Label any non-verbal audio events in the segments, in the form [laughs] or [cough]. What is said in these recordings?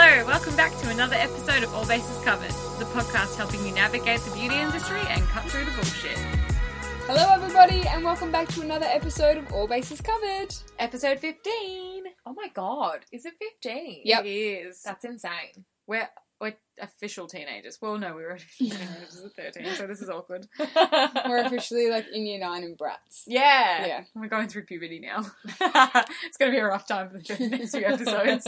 welcome back to another episode of All Bases Covered, the podcast helping you navigate the beauty industry and cut through the bullshit. Hello, everybody, and welcome back to another episode of All Bases Covered. Episode 15. Oh my god, is it 15? Yep. It is. That's insane. We're, we're official teenagers. Well, no, we were official [laughs] teenagers at 13, so this is [laughs] awkward. We're officially like in year nine and brats. Yeah. Yeah. We're going through puberty now. [laughs] it's going to be a rough time for the next few episodes.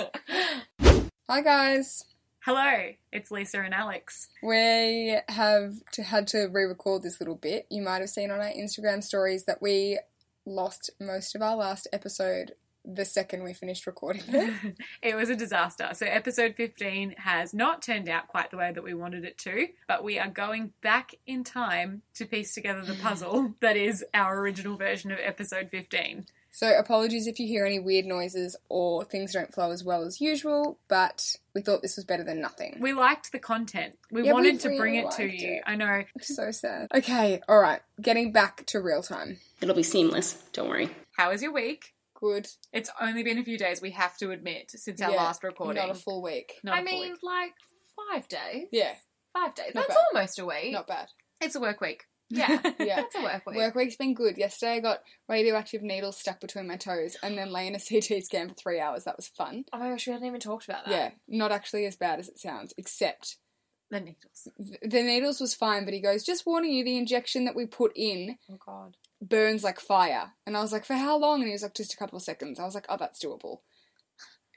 Hi, guys. [laughs] Hello, it's Lisa and Alex. We have to, had to re-record this little bit. You might have seen on our Instagram stories that we lost most of our last episode the second we finished recording it. [laughs] it was a disaster. So, episode 15 has not turned out quite the way that we wanted it to, but we are going back in time to piece together the [laughs] puzzle that is our original version of episode 15. So apologies if you hear any weird noises or things don't flow as well as usual, but we thought this was better [laughs] than nothing. We liked the content, we Yeah, we wanted to really bring it to liked you. it. I know. So sad. Okay, all right. Getting back to real time. It'll be seamless. Don't worry. How was your week? Good. It's only been a few days, we have to admit, since our Yeah, last recording. Not a full week. Not a I full mean, week. like five days. Yeah, Five days. Not That's bad. almost a week. not [laughs] bad. it's a work week. Yeah. [laughs] Yeah. That's a work week. Work week's been good. Yesterday I got radioactive needles stuck between my toes and then lay in a [laughs] CT scan for three hours. That was fun. Oh my gosh, we hadn't even talked about that. Yeah, not actually as bad as it sounds, except the needles. th- the needles was fine, but he goes, just warning you, the injection that we put in Oh god. burns like fire. And I was like, for how long? And he was like, just a couple of seconds. I was like, oh, that's doable.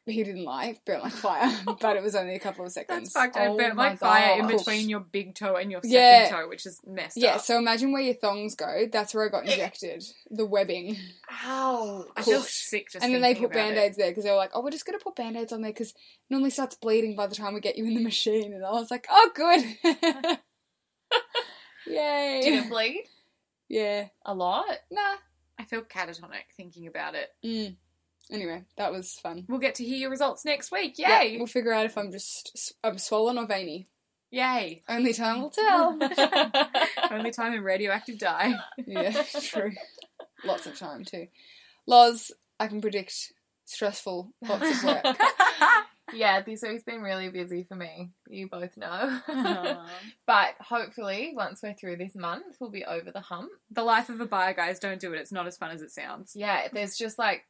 He didn't lie, it burnt [laughs] like fire, [laughs] but it was only a couple of That's seconds. fucked. I Oh burnt my like fire in gosh. between your big toe and your second Yeah. toe, which is messed yeah, up. so imagine where your thongs go. That's where I got injected. The webbing. Ow. I feel Gosh. sick just and then they thinking put about it. band aids there because they were like, oh, we're just going to put band aids on there because normally starts bleeding by the time we get you in the machine. And I was like, oh, good. [laughs] Did Yay. [laughs] it bleed? Yeah. [laughs] A lot? [laughs] Nah. I feel catatonic thinking about it. Mm. Anyway, that was fun. We'll get to hear your results next week. Yeah, Yay! we'll figure out if I'm just I'm swollen or veiny. Yay! Only time will tell. [laughs] Only time in radioactive [laughs] dye. [laughs] yeah, true. Lots of time too. Loz, I can predict stressful lots [laughs] of work. yeah, this week's been really busy for me. You both know. Uh-huh. [laughs] but hopefully, once we're through this month, we'll be over the hump. the life of a buyer, guys, don't do it. It's not as fun as it sounds. Yeah, there's just like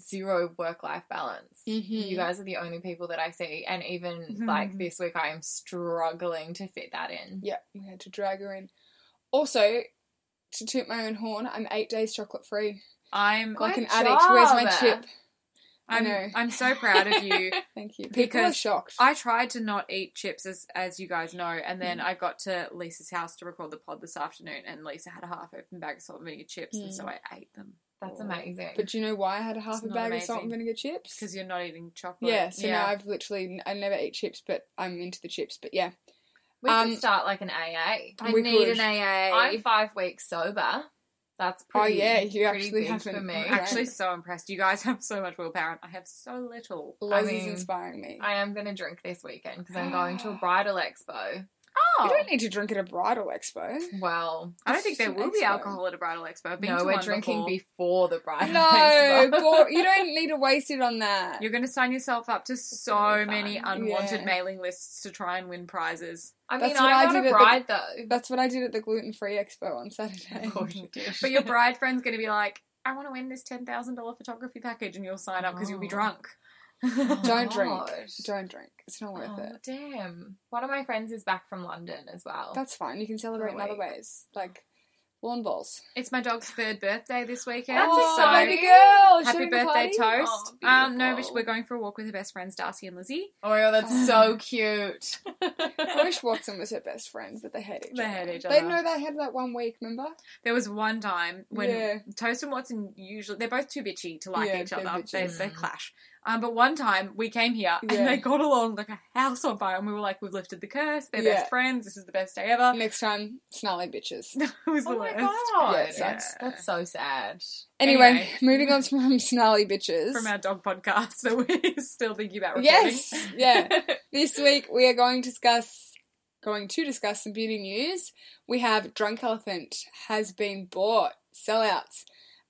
zero work life balance. Mhm. You guys are the only people that I see, and even like this week, I am struggling to fit that in. Mm-hmm. Yeah, we had to drag her in. Also, to toot my own horn, I'm eight days chocolate free. I'm, God, Like an Good addict. Where's my job. chip? I I'm, know. I'm so proud of you. [laughs] Thank you. People are Because shocked. I tried to not eat chips, as as you guys know, and then Mm. I got to Lisa's house to record the pod this afternoon, and Lisa had a half open bag of salt and vinegar chips, and Mm. so I ate them That's Oh. amazing. but do you know why I had a half It's a not bag of salt and amazing. vinegar chips? because you're not eating chocolate. Yeah, so now I've literally I never eat chips, but I'm into the chips. But yeah, we um, could start like an AA. I we need could. an AA. I'm five weeks sober. That's pretty. oh yeah, you pretty actually big haven't. for me. Right? I'm actually so impressed. You guys have so much willpower, and I have so little. Loz is mean, inspiring me. I am going to drink this weekend because I'm [gasps] going to a bridal expo. You Oh, don't need to drink at a bridal expo. [laughs] Well, I don't think there It's will be expo. alcohol at a bridal expo. I've been no, to we're one drinking before. before the bridal No, [laughs] expo. bo- you don't need to waste it on that. You're going to sign yourself up to gonna so be many fun. unwanted Yeah. mailing lists to try and win [laughs] prizes. I mean, That's what I I did want at a the- bride though. [laughs] That's what I did at the gluten free expo on Saturday. Of course you did. But your bride friend's going to be like, I want to win this $10,000 photography package, and you'll sign up because you'll be Oh. drunk. Don't drink. Gosh. [laughs] Don't drink. It's not worth Oh, it. damn. One of my friends is back from London as Oh, well. That's fine. You can celebrate in other week. ways, like lawn balls. [laughs] It's my dog's third birthday this weekend. That's oh, so exciting. baby girl. happy sharing the birthday party. toast. Oh, um, no, but beautiful. we're going for a walk with her best friends, Darcy and Lizzie. oh my god, [laughs] that's so cute. I wish Watson was her best friend, but they hate each They other. hate each They other. know they had that one week, remember? There was one time when Yeah. Toast and Watson usually they're both too bitchy to like Yeah, each they're other. They, bitchy. they clash. Um, but one time we came here Yeah. and they got along like a house on fire, and we were like, "We've lifted the curse. They're Yeah. best friends. This is the best day ever." Next time, snarly bitches. it was the oh my worst. god. Yeah, it that's, sucks. that's so sad. [laughs] Anyway, Anyway. moving on from [laughs] snarly bitches. From our dog podcast that we're [laughs] still thinking about recording. yes, yeah. This week we are going to discuss going to discuss some beauty news. We have Drunk Elephant has been bought, sellouts,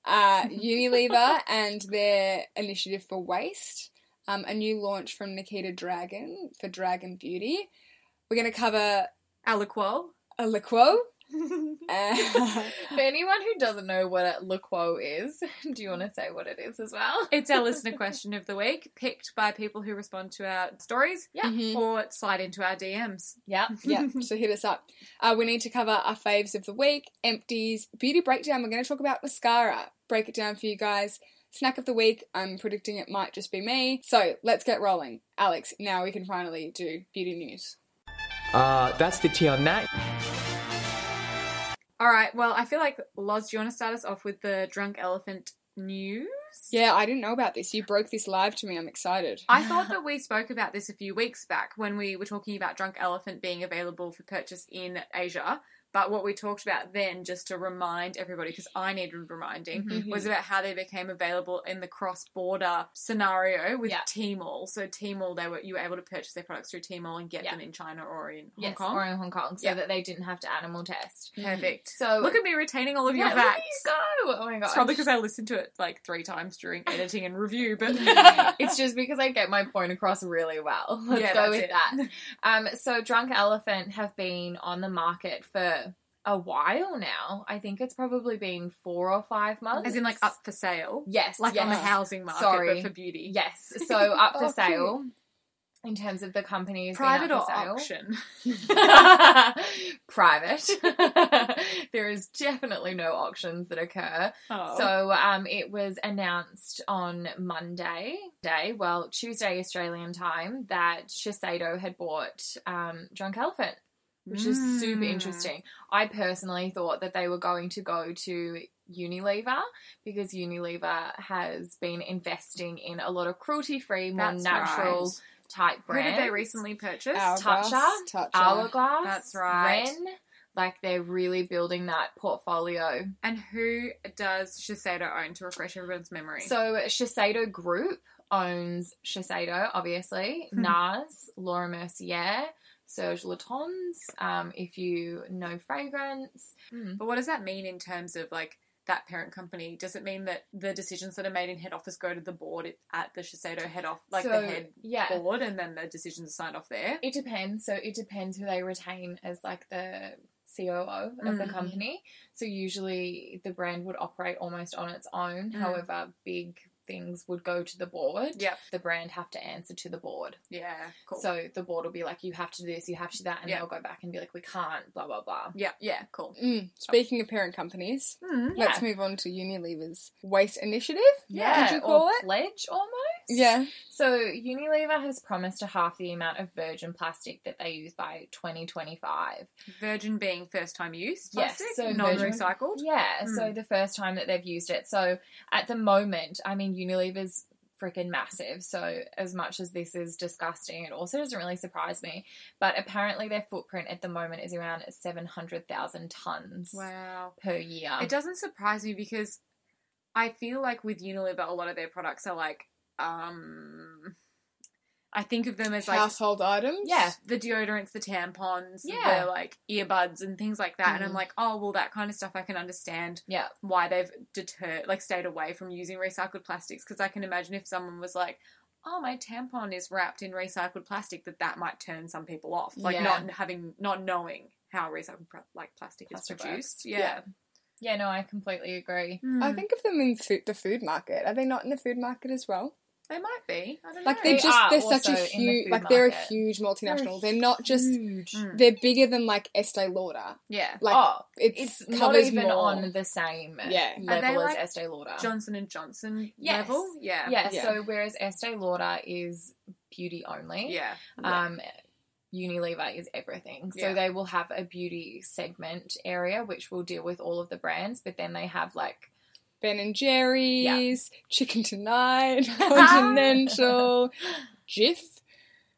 uh, Unilever and their initiative for waste. um, a new launch from Nikita Dragon for Dragon Beauty. We're going to cover Aliquo. [laughs] a liquo. [laughs] Uh, [laughs] For anyone who doesn't know what a liquo is, [laughs] do you want to say what it is as well? It's our listener question of the week, picked by people who respond to our stories Yeah. mhm. or slide into our DMs. Yeah. [laughs] yeah, so hit us up. Uh, we need to cover our faves of the week, empties, beauty breakdown. We're going to talk about mascara. Break it down for you guys. Snack of the week. I'm predicting it might just be me. So let's get rolling. Alex, now we can finally do beauty news. Uh, that's the tea on that. [laughs] All right, well, I feel like, Loz, do you want to start us off with the drunk elephant news? Yeah, I didn't know about this. You broke this live to me. I'm excited. I thought that we spoke about this a few weeks back when we were talking about Drunk Elephant being available for purchase in Asia. But what we talked about then, just to remind everybody, because I needed reminding, Mhm. Mm-hmm. was about how they became available in the cross-border scenario with Yeah. Tmall. So Tmall, they were you were able to purchase their products through Tmall and get Yeah. them in China or in Hong Yes, Kong. or in Hong Kong, so Yeah. that they didn't have to animal test. Mm. Perfect. So Look at me retaining all of yeah, your look at facts. you go. Oh my god. It's probably because [laughs] I listened to it like three times during editing and review, but it's just because I get my point across really well. [laughs] Let's Yeah, that's go with it. [laughs] that. Um, so Drunk Elephant have been on the market for a while now. I think it's probably been four or five months. as in like up for sale. Yes, like on the yes. housing market, Sorry. but for beauty. Yes, [laughs] so up for Oh, sale in terms of the companies being private up or for sale. auction. [laughs] [laughs] private. [laughs] there is definitely no auctions that occur. Oh. So um, it was announced on Monday, day well Tuesday Australian time, that Shiseido had bought um, Drunk Elephant, which is super Mm. interesting. I personally thought that they were going to go to Unilever because Unilever has been investing in a lot of cruelty-free, more That's natural type Who brands. did they recently purchase? Hourglass, Tatcha, Tatcha. Hourglass, That's right. Ren. Like they're really building that portfolio. And who does Shiseido own to refresh everyone's memory? So Shiseido Group owns Shiseido, obviously, Hmm. NARS, Laura Mercier, Serge Latons, um, if you know fragrance. but what does that mean in terms of like that parent company? Does it mean that the decisions that are made in head office go to the board at the Shiseido head off, like So, the head yeah. board, and then the decisions are signed off there? It depends. So it depends who they retain as like the COO of the Mhm. company. So usually the brand would operate almost on its own. Mm. However, big things would go to the board. Yep. The brand have to answer to the board. Yeah, cool. So the board will be like, you have to do this, you have to do that, and Yeah. they'll go back and be like, we can't, blah, blah, blah. yeah, yeah, cool. Mm, speaking of parent companies, Mm. let's move on to Unilever's waste initiative. Yeah, Would you call or it? pledge almost. Yeah. So Unilever has promised to half the amount of virgin plastic that they use by 2025. Virgin being first time use, Yes, plastic, so non virgin- recycled. Yeah, so Mm. the first time that they've used it. So at the moment, I mean, Unilever's freaking massive. So as much as this is disgusting, it also doesn't really surprise me. But apparently, their footprint at the moment is around 700,000 tons Wow. per year. It doesn't surprise me because I feel like with Unilever, a lot of their products are like, um, I think of them as like Household items. Yeah. the deodorants, the tampons, Yeah. Mm-hmm. the like earbuds and things like that. And I'm Mhm. like, oh, well, that kind of stuff I can understand yeah, why they've deterred, like, stayed away from using recycled plastics because I can imagine if someone was like, oh, my tampon is wrapped in recycled plastic, that that might turn some people off, like Yeah. not having, not knowing how recycled pr- like plastic, Plastic is works. produced. Yeah. yeah, no, I completely agree. I Mm. think of them in food, the food market. Are they not in the food market as well? They might be. I don't Like know. they're They just are they're such a also in the huge food like they're a market. huge multinational. They're not just huge. hmm. Mm. they're bigger than like Estee Lauder. yeah. Like oh, it's, it's not covers even more. on the same Yeah. Are they level as like Estee Lauder. Johnson and Johnson Yes. level. Yeah. yeah, Yeah. so whereas Estee Lauder is beauty only, Yeah. um, Unilever is everything. So Yeah. they will have a beauty segment area which will deal with all of the brands, but then they have like Ben and Jerry's, Chicken Tonight, [laughs] [laughs] Continental, Jif.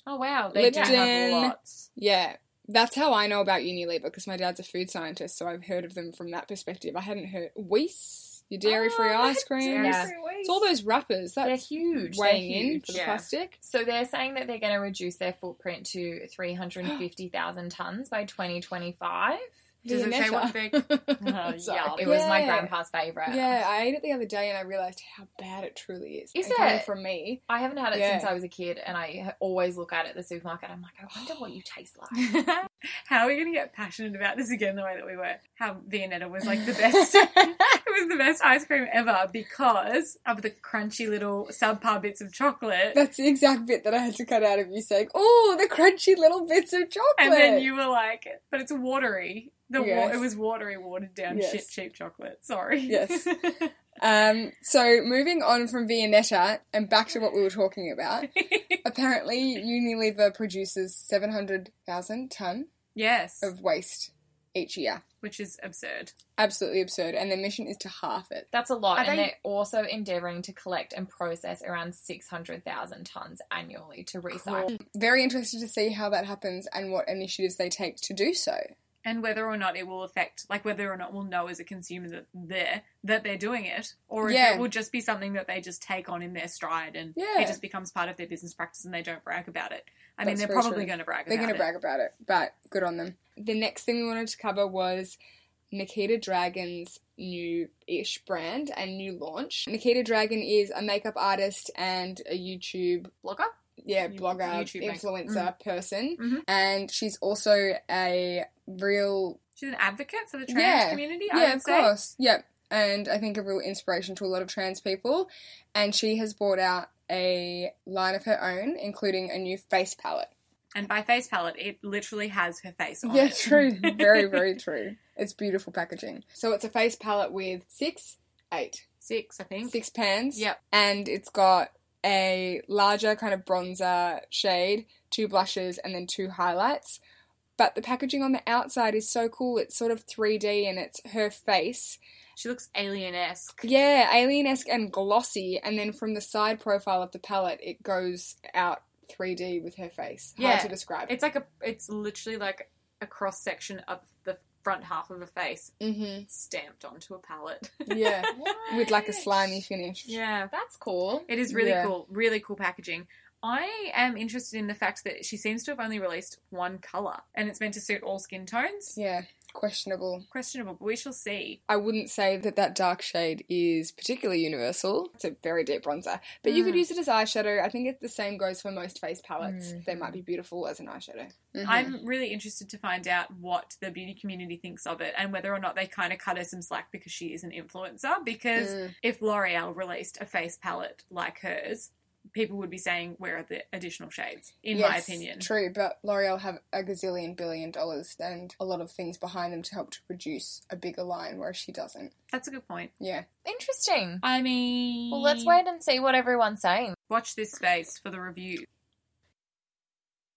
Oh wow. They do have Lipton. lots. Yeah. That's how I know about Unilever because my dad's a food scientist, so I've heard of them from that perspective. I hadn't heard Weiss, your dairy free Oh, ice cream. Yeah. It's all those wrappers. they're That's huge. They're weighing in huge. for the Yeah. plastic. So they're saying that they're going to reduce their footprint to 350,000 tons by 2025. Does it say what big? [laughs] [laughs] Oh, Sorry. yum. It was my Yeah. grandpa's favorite. Yeah, I ate it the other day and I realized how bad it truly is. Is And coming it? from me? I haven't had it Yeah. since I was a kid, and I ha- always look at it at the supermarket. I'm like, I wonder what you taste like. [laughs] How are we going to get passionate about this again the way that we were? How Viennetta was like the [laughs] best. [laughs] it was the best ice cream ever because of the crunchy little subpar bits of chocolate. That's the exact bit that I had to cut out of you saying, "Oh, the crunchy little bits of chocolate." And then you were like, but it's watery. The wa- Yes. It was watery, watered down Yes. shit cheap chocolate. Sorry. Yes. Um, so moving on from Viennetta and back to what we were [laughs] talking about. apparently, Unilever produces seven hundred thousand ton [laughs] yes. of waste each year. Which is absurd. Absolutely absurd, and their mission is to halve it. That's a lot, Are and they- they... are also endeavouring to collect and process around six hundred thousand tons annually to recycle. Very interested to see how that happens and what initiatives they take to do so. And whether or not it will affect, like whether or not we'll know as a consumer that they're, that they're doing it, or if Yeah. it will just be something that they just take on in their stride and Yeah. it just becomes part of their business practice and they don't brag about it. I mean, That's they're very probably true. going to brag They're about going to it. brag about it, but good on them. The next thing we wanted to cover was Nikita Dragon's new ish brand and new launch. Nikita Dragon is a makeup artist and a YouTube Blogger? yeah, You- blogger, YouTube makeup. influencer person, Mhm. and she's also a real She's an advocate for the trans Yeah. community, I yeah, would of say. course, yep, and I think a real inspiration to a lot of trans people. And she has brought out a line of her own, including a new face palette. And by face palette, it literally has her face on Yeah, it. true. [laughs] Very, very true. It's beautiful packaging. So it's a face palette with six, eight, Six, I think. six pans. Yep. And it's got a larger kind of bronzer shade, two blushes, and then two highlights. But the packaging on the outside is so cool. It's sort of 3D and it's her face. She looks alien esque. Yeah, alien esque and glossy. And then from the side profile of the palette, it goes out 3D with her face. Yeah. Hard to describe. It's like a, it's literally like a cross section of the front half of a face hmm stamped onto a palette. [laughs] Yeah. with like a slimy finish. yeah. That's cool. It is really Yeah. cool. Really cool packaging. I am interested in the fact that she seems to have only released one colour and it's meant to suit all skin tones. Yeah, questionable. Questionable, but we shall see. I wouldn't say that that dark shade is particularly universal. It's a very deep bronzer, but you could Mm. use it as eyeshadow. I think it, the same goes for most face palettes. They might be beautiful as an eyeshadow. I'm really interested to find out what the beauty community thinks of it and whether or not they kind of cut her some slack because she is an influencer. Because Mm. if L'Oreal released a face palette like hers, people would be saying, Where are the additional shades? In my Yes, opinion. True, but L'Oreal have a gazillion billion dollars and a lot of things behind them to help to produce a bigger line, whereas she doesn't. That's a good point. Yeah. Interesting. I mean, Well, let's wait and see what everyone's saying. Watch this space for the review.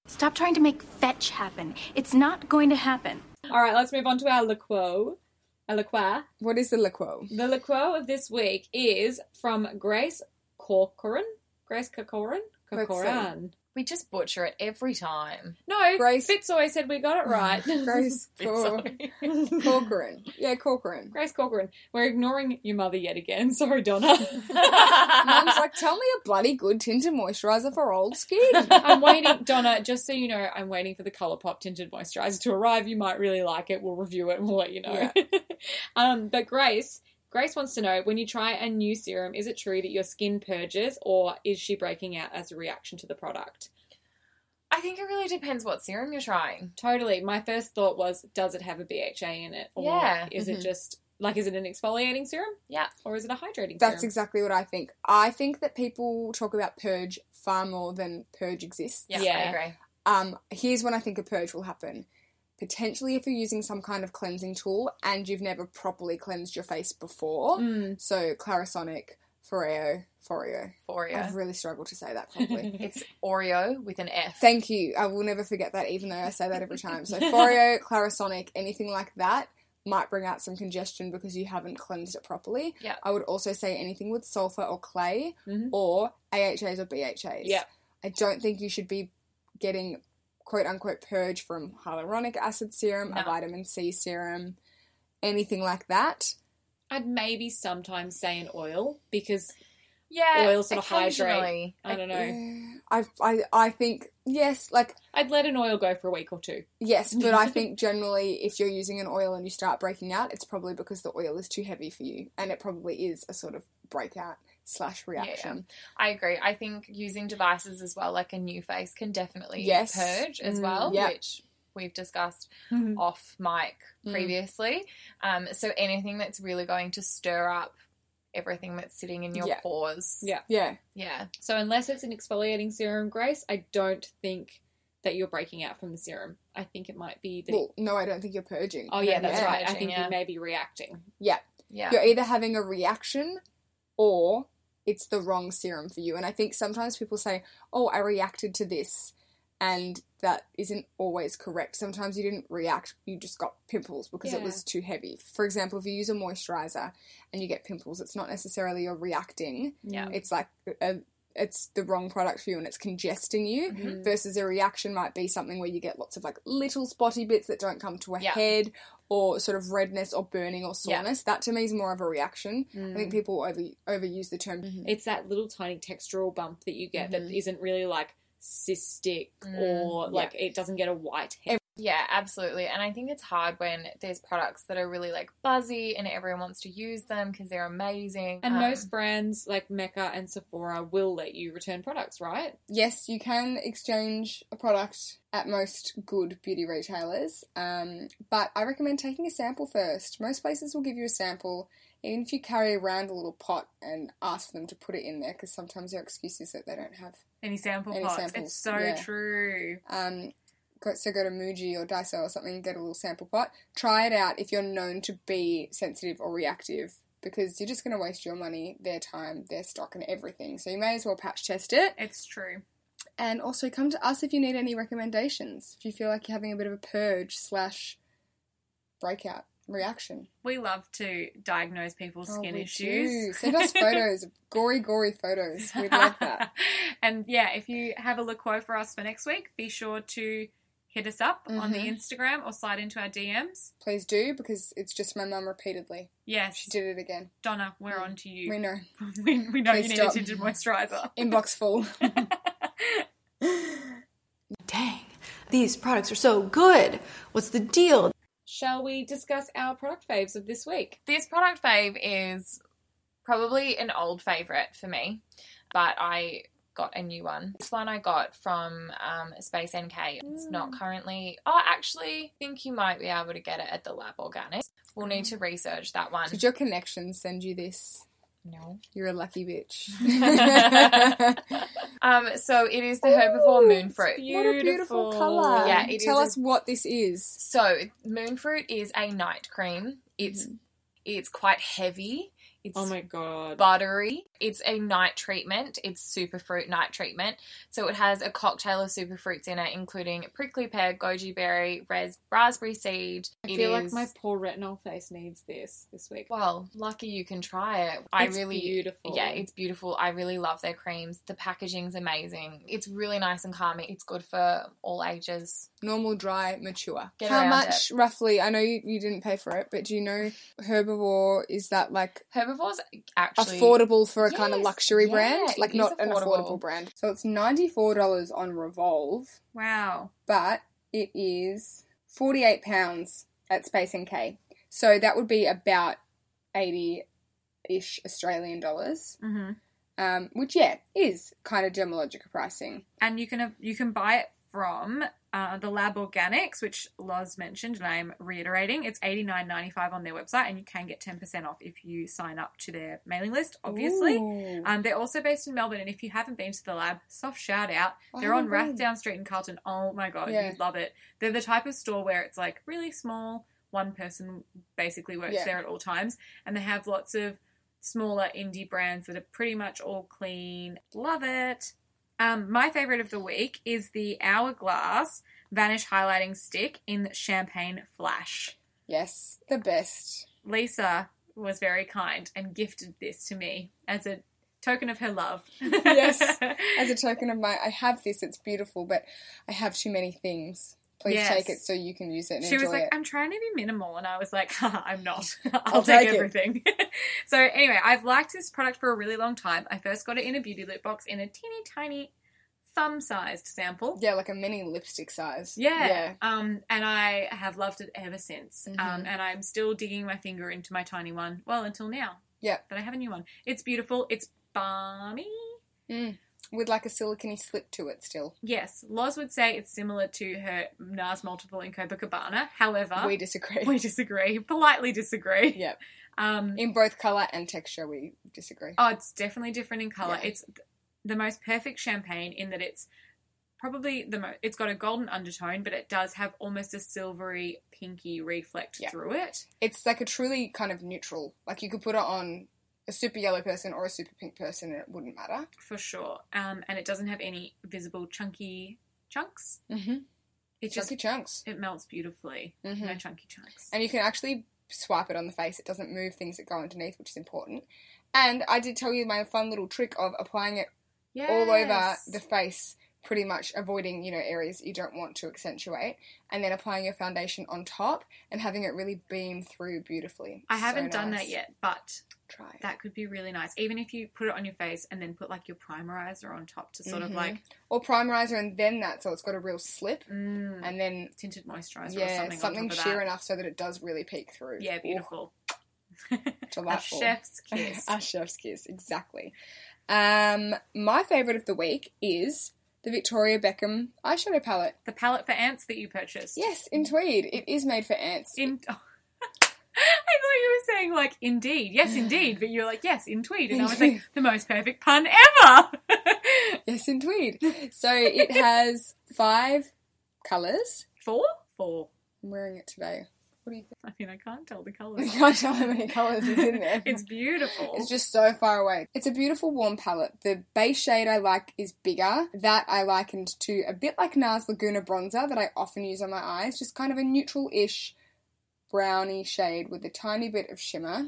Stop trying to make fetch happen. It's not going to happen. All right, let's move on to our LaCroix. Our LaCroix. What is the liqueur? The LaCroix of this week is from Grace Corcoran. Grace Corcoran? Let's see. Corcoran. We just butcher it every time. No, Grace- Grace. Fitz always said we got it right. [laughs] [laughs] Grace Cor- [laughs] Corcoran. [laughs] Yeah, Corcoran. Grace Corcoran. We're ignoring your mother yet again. [laughs] Sorry, Donna. [laughs] Mum's like, tell me a bloody good tinted moisturiser for old [laughs] skin. I'm waiting, Donna. Just so you know, I'm waiting for the ColourPop tinted moisturizer to arrive. You might really like it. We'll review it and we'll let you know. [laughs] um, but Grace, Grace wants to know when you try a new serum, is it true that your skin purges, or is she breaking out as a reaction to the product? I think it really depends what serum you're trying. Totally. My first thought was, does it have a BHA in it, or Yeah. mm-hmm. is Mhm. it just like, is it an exfoliating serum? Yeah. or is it a hydrating That's serum? exactly what I think. I think that people talk about purge far more than purge exists. Yeah, I Yeah. agree. Um, here's when I think a purge will happen. Potentially, if you're using some kind of cleansing tool and you've never properly cleansed your face before. Mm. So, Clarisonic, Foreo, Foreo. Oreo. I've really struggled to say that properly. It's Oreo with an F. Thank you. I will never forget that, even though I say that every time. So, [laughs] Foreo, Clarisonic, anything like that might bring out some congestion because you haven't cleansed it properly. Yeah. Mm-hmm. I would also say anything with sulfur or clay Mhm. or AHAs or BHAs. Yeah. I don't think you should be getting quote unquote purge from hyaluronic acid serum, a No. vitamin C serum, anything like that. I'd maybe sometimes say an oil because yeah, Oil sort of hydrate. occasionally. I don't know. Yeah. I, I, I think, yes, like, I'd let an oil go for a week or two. yes, [laughs] but I think generally if you're using an oil and you start breaking out, it's probably because the oil is too heavy for you. And it probably is a sort of breakout slash reaction. I agree. I think using devices as well, like a new face, can definitely Yes. purge as Mm, well, yeah. which we've discussed Mhm. off mic Mm. previously. Um, so anything that's really going to stir up everything that's sitting in your Yeah. pores. Yeah. Yeah. Yeah. So unless it's an exfoliating serum, Grace, I don't think that you're breaking out from the serum. I think it might be the. Well, no, I don't think you're purging. oh yeah, that's yeah. right. I Purging, think yeah. you may be reacting. Yeah. You're either having a reaction or it's the wrong serum for you. And I think sometimes people say, oh, I reacted to this. And that isn't always correct. Sometimes you didn't react, you just got pimples because it Yeah. was too heavy. For example, if you use a moisturizer and you get pimples, it's not necessarily you're reacting, Yeah. it's like a, it's the wrong product for you and it's congesting you. Mm-hmm. Mhm. Versus a reaction might be something where you get lots of like little spotty bits that don't come to a Yeah. head or sort of redness or burning or Yeah. soreness. That to me is more of a reaction. Mm. I think people over overuse the term. Mm-hmm. It's that little tiny textural bump that you get that Mhm. isn't really like cystic Mm, or yeah. like it doesn't get a white head. Yeah, absolutely. And I think it's hard when there's products that are really like buzzy and everyone wants to use them because they're amazing. And Um, most brands like Mecca and Sephora will let you return products, right? Yes, you can exchange a product at most good beauty retailers, um, but I recommend taking a sample first. Most places will give you a sample, even if you carry around a little pot and ask them to put it in there, because sometimes their excuse is that they don't have Any sample Any pots. samples, It's so yeah. true. um, go, so go to Muji or Daiso or something, get a little sample pot. Try it out if you're known to be sensitive or reactive because you're just going to waste your money, their time, their stock, and everything. So you may as well patch test it. It's true. And also come to us if you need any recommendations. If you feel like you're having a bit of a purge slash breakout reaction. We love to diagnose people's Oh, skin we do. issues. [laughs] [laughs] [laughs] Send us photos, gory, gory photos. We'd love that. and yeah, if you have a LaCroix for us for next week, be sure to hit us up on the Mm-hmm. Mhm. Instagram or slide into our DMs. Please do because it's just my mum repeatedly. She Yes, did it again. Donna, we're on to you. We know. [laughs] We, we know you Please need stop. a tinted moisturizer. Inbox [laughs] full. Dang, these products are so good. What's the deal? Shall we discuss our product faves of this week? this product fave is probably an old favorite for me, but I got a new one. This one I got from um, Space NK. It's Mm. not currently. Oh, actually, I think you might be able to get it at the Lab Organics. We'll need to research that one. Did your connections send you this? No. You're a lucky bitch. [laughs] Um. So it is the herbivore moon fruit. What a Oh, beautiful colour. Yeah, it Tell is us what this is. So moon fruit is a night cream. It's Mm. it's quite heavy. It's Oh my god. buttery. It's a night treatment. It's superfruit night treatment. So it has a cocktail of superfruits in it, including prickly pear, goji berry, res- raspberry seed. I It feel like is- my poor retinol face needs this this week. well, lucky you can try it. I It's really beautiful. Yeah, it's beautiful. I really love their creams. The packaging's amazing. It's really nice and calming. It's good for all ages. Normal, dry, mature. Get How around much, roughly? I know you, you didn't pay for it, but do you know herbivore is that like Herbivores actually affordable for a kind of Yes, luxury yeah, brand? it Like is not an affordable. affordable brand. So it's ninety four dollars on Revolve, Wow. but it is forty eight pounds at Space and K. So that would be about eighty ish Australian dollars. hmm um, which yeah is kind of dermalogica pricing. And you can you can buy it from uh, the Lab Organics, which Loz mentioned, and I'm reiterating. It's eighty nine ninety five on their website, and you can get ten percent off if you sign up to their mailing list. Obviously. Ooh. Um, they're also based in Melbourne, and if you haven't been to the lab, soft shout out. I They're on haven't been. Rathdown Street in Carlton. Oh my god, Yeah. you'd love it. They're the type of store where it's like really small, one person basically works Yeah. there at all times, and they have lots of smaller indie brands that are pretty much all clean. Love it. Um, my favorite of the week is the Hourglass Vanish Highlighting Stick in Champagne Flash. yes, the best. Lisa was very kind and gifted this to me as a token of her love. [laughs] Yes. As a token of my, I have this. It's beautiful, but I have too many things. Please Yes. take it so you can use it and She enjoy was like, it. I'm trying to be minimal. And I was like, [laughs] Haha, I'm not. I'll, I'll take, take it. everything. [laughs] so, anyway, I've liked this product for a really long time. I first got it in a beauty lip box in a teeny tiny thumb sized sample. yeah, like a mini lipstick size. Yeah. Yeah. Um, and I have loved it ever since. Um, Mhm. and I'm still digging my finger into my tiny one. Well, until now. Yeah. But I have a new one. It's beautiful. It's balmy. With like a silicony slip to it still. Yes. Loz would say it's similar to her NARS multiple in Copacabana. However, we [laughs] disagree. [laughs] we disagree. Politely disagree. yeah. Um, In both colour and texture, we disagree. Oh, it's definitely different in color. Yeah. It's th- the most perfect champagne in that it's probably the most. It's got a golden undertone, but it does have almost a silvery pinky reflect Yeah. through it. It's like a truly kind of neutral. Like you could put it on a super yellow person or a super pink person and it wouldn't matter. for sure. Um, and it doesn't have any visible chunky chunks. Mm-hmm. It just Chunky chunks. it melts beautifully. Mhm. No chunky chunks. And you can actually swipe it on the face. It doesn't move things that go underneath, which is important. And I did tell you my fun little trick of applying it all over Yes. the face, pretty much avoiding, you know, areas you don't want to accentuate, and then applying your foundation on top and having it really beam through beautifully. I So haven't done nice. that yet, but Try it. that could be really nice. Even if you put it on your face and then put like your primerizer on top to sort of Mhm. like Or primerizer and then that, so it's got a real slip, mm, and then tinted moisturizer or yeah, something. something, on top of sheer that. enough so that it does really peek through. Yeah, Ooh, beautiful. A delightful. [laughs] chef's kiss. A chef's kiss, exactly. Um, my favorite of the week is the Victoria Beckham eyeshadow palette. the palette for ants that you purchased. Yes, in tweed. It is made for ants. In. [laughs] I thought you were saying like indeed, yes indeed, but you were like yes in tweed, and I was like [laughs] Indeed. the most perfect pun ever. [laughs] Yes, in tweed. So it has five colors. Four? Four. I'm wearing it today. [laughs] What do you I mean, I can't tell the colours. think? [laughs] I can't tell how many colors is in there. it's beautiful. It's just so far away. It's a beautiful warm palette. The base shade I like is bigger. That I likened to a bit like NARS Laguna Bronzer that I often use on my eyes. Just kind of a neutral ish browny shade with a tiny bit of shimmer.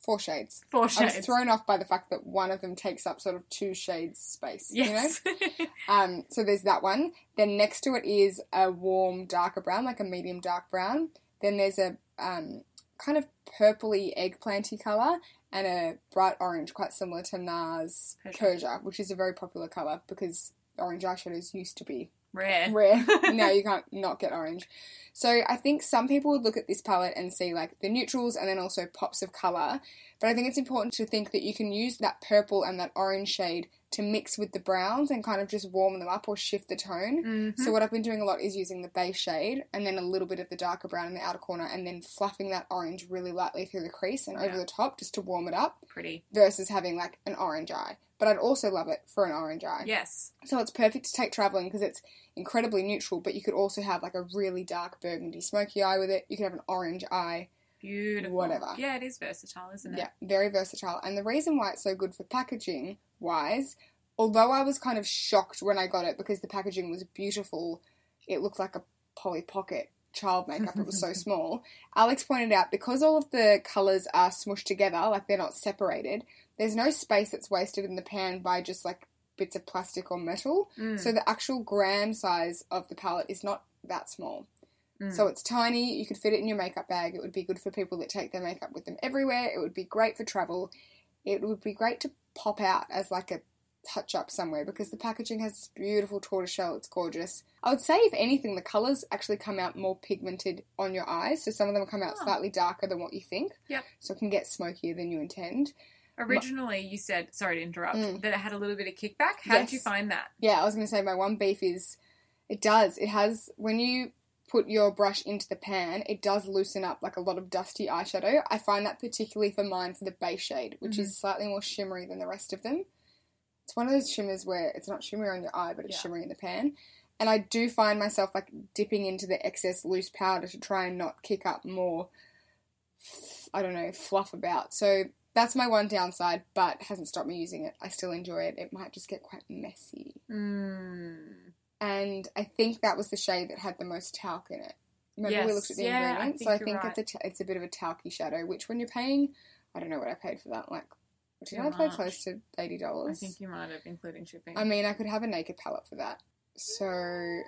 Four shades. Four I was shades. thrown off by the fact that one of them takes up sort of two shades space. Yes. You know? Um, so there's that one. Then next to it is a warm darker brown, like a medium dark brown. Then there's a um, kind of purpley eggplanty colour and a bright orange, quite similar to NARS Persia. Persia, which is a very popular colour because orange eyeshadows used to be [laughs] Rare. rare. now you can't not get orange. So I think some people would look at this palette and see like the neutrals and then also pops of color. But I think it's important to think that you can use that purple and that orange shade to mix with the browns and kind of just warm them up or shift the tone. So what I've been doing a lot is using the base shade and then a little bit of the darker brown in the outer corner and then fluffing that orange really lightly through the crease and over Yeah. the top just to warm it up Pretty. versus having like an orange eye. But I'd also love it for an orange eye. Yes. So it's perfect to take traveling because it's incredibly neutral, but you could also have like a really dark burgundy smoky eye with it. You could have an orange eye. Beautiful. Whatever. Yeah, it is versatile, isn't it? Yeah, very versatile. And the reason why it's so good for packaging wise, although I was kind of shocked when I got it because the packaging was beautiful, it looked like a Polly Pocket child makeup. it [laughs] was so small. Alex pointed out because all of the colours are smushed together, like they're not separated, there's no space that's wasted in the pan by just like bits of plastic or metal. Mm. So the actual gram size of the palette is not that small. So it's tiny, you could fit it in your makeup bag. It would be good for people that take their makeup with them everywhere. It would be great for travel. It would be great to pop out as like a touch up somewhere because the packaging has this beautiful tortoiseshell. It's gorgeous. I would say, if anything, the colours actually come out more pigmented on your eyes. So some of them come out slightly darker than what you think. Yep. So it can get smokier than you intend. Originally, you said, sorry to interrupt, that it had a little bit of kickback. How did Mm. Yes. you find that? Yeah, I was going to say my one beef is it does. It has when you put your brush into the pan, it does loosen up like a lot of dusty eyeshadow. I find that particularly for mine for the base shade, which is slightly more shimmery than the rest of them. It's one of those shimmers where it's not shimmery on your eye, but it's shimmery in the pan. And I do find myself like dipping into the excess loose powder to try and not kick up more I don't know, fluff about. So that's my one downside, but hasn't stopped me using it. I still enjoy it. It might just get quite messy Hmm. Mm. and I think that was the shade that had the most talc in it. Remember we Yes. looked at the Yeah, I ingredients, think so I you're think right. it's a t- it's a bit of a talcy shadow. Which when you're paying, I don't know what I paid for that. Like, did Too I pay much. close to eighty I dollars? think you might have, including shipping. I mean, I could have a naked palette for that. So,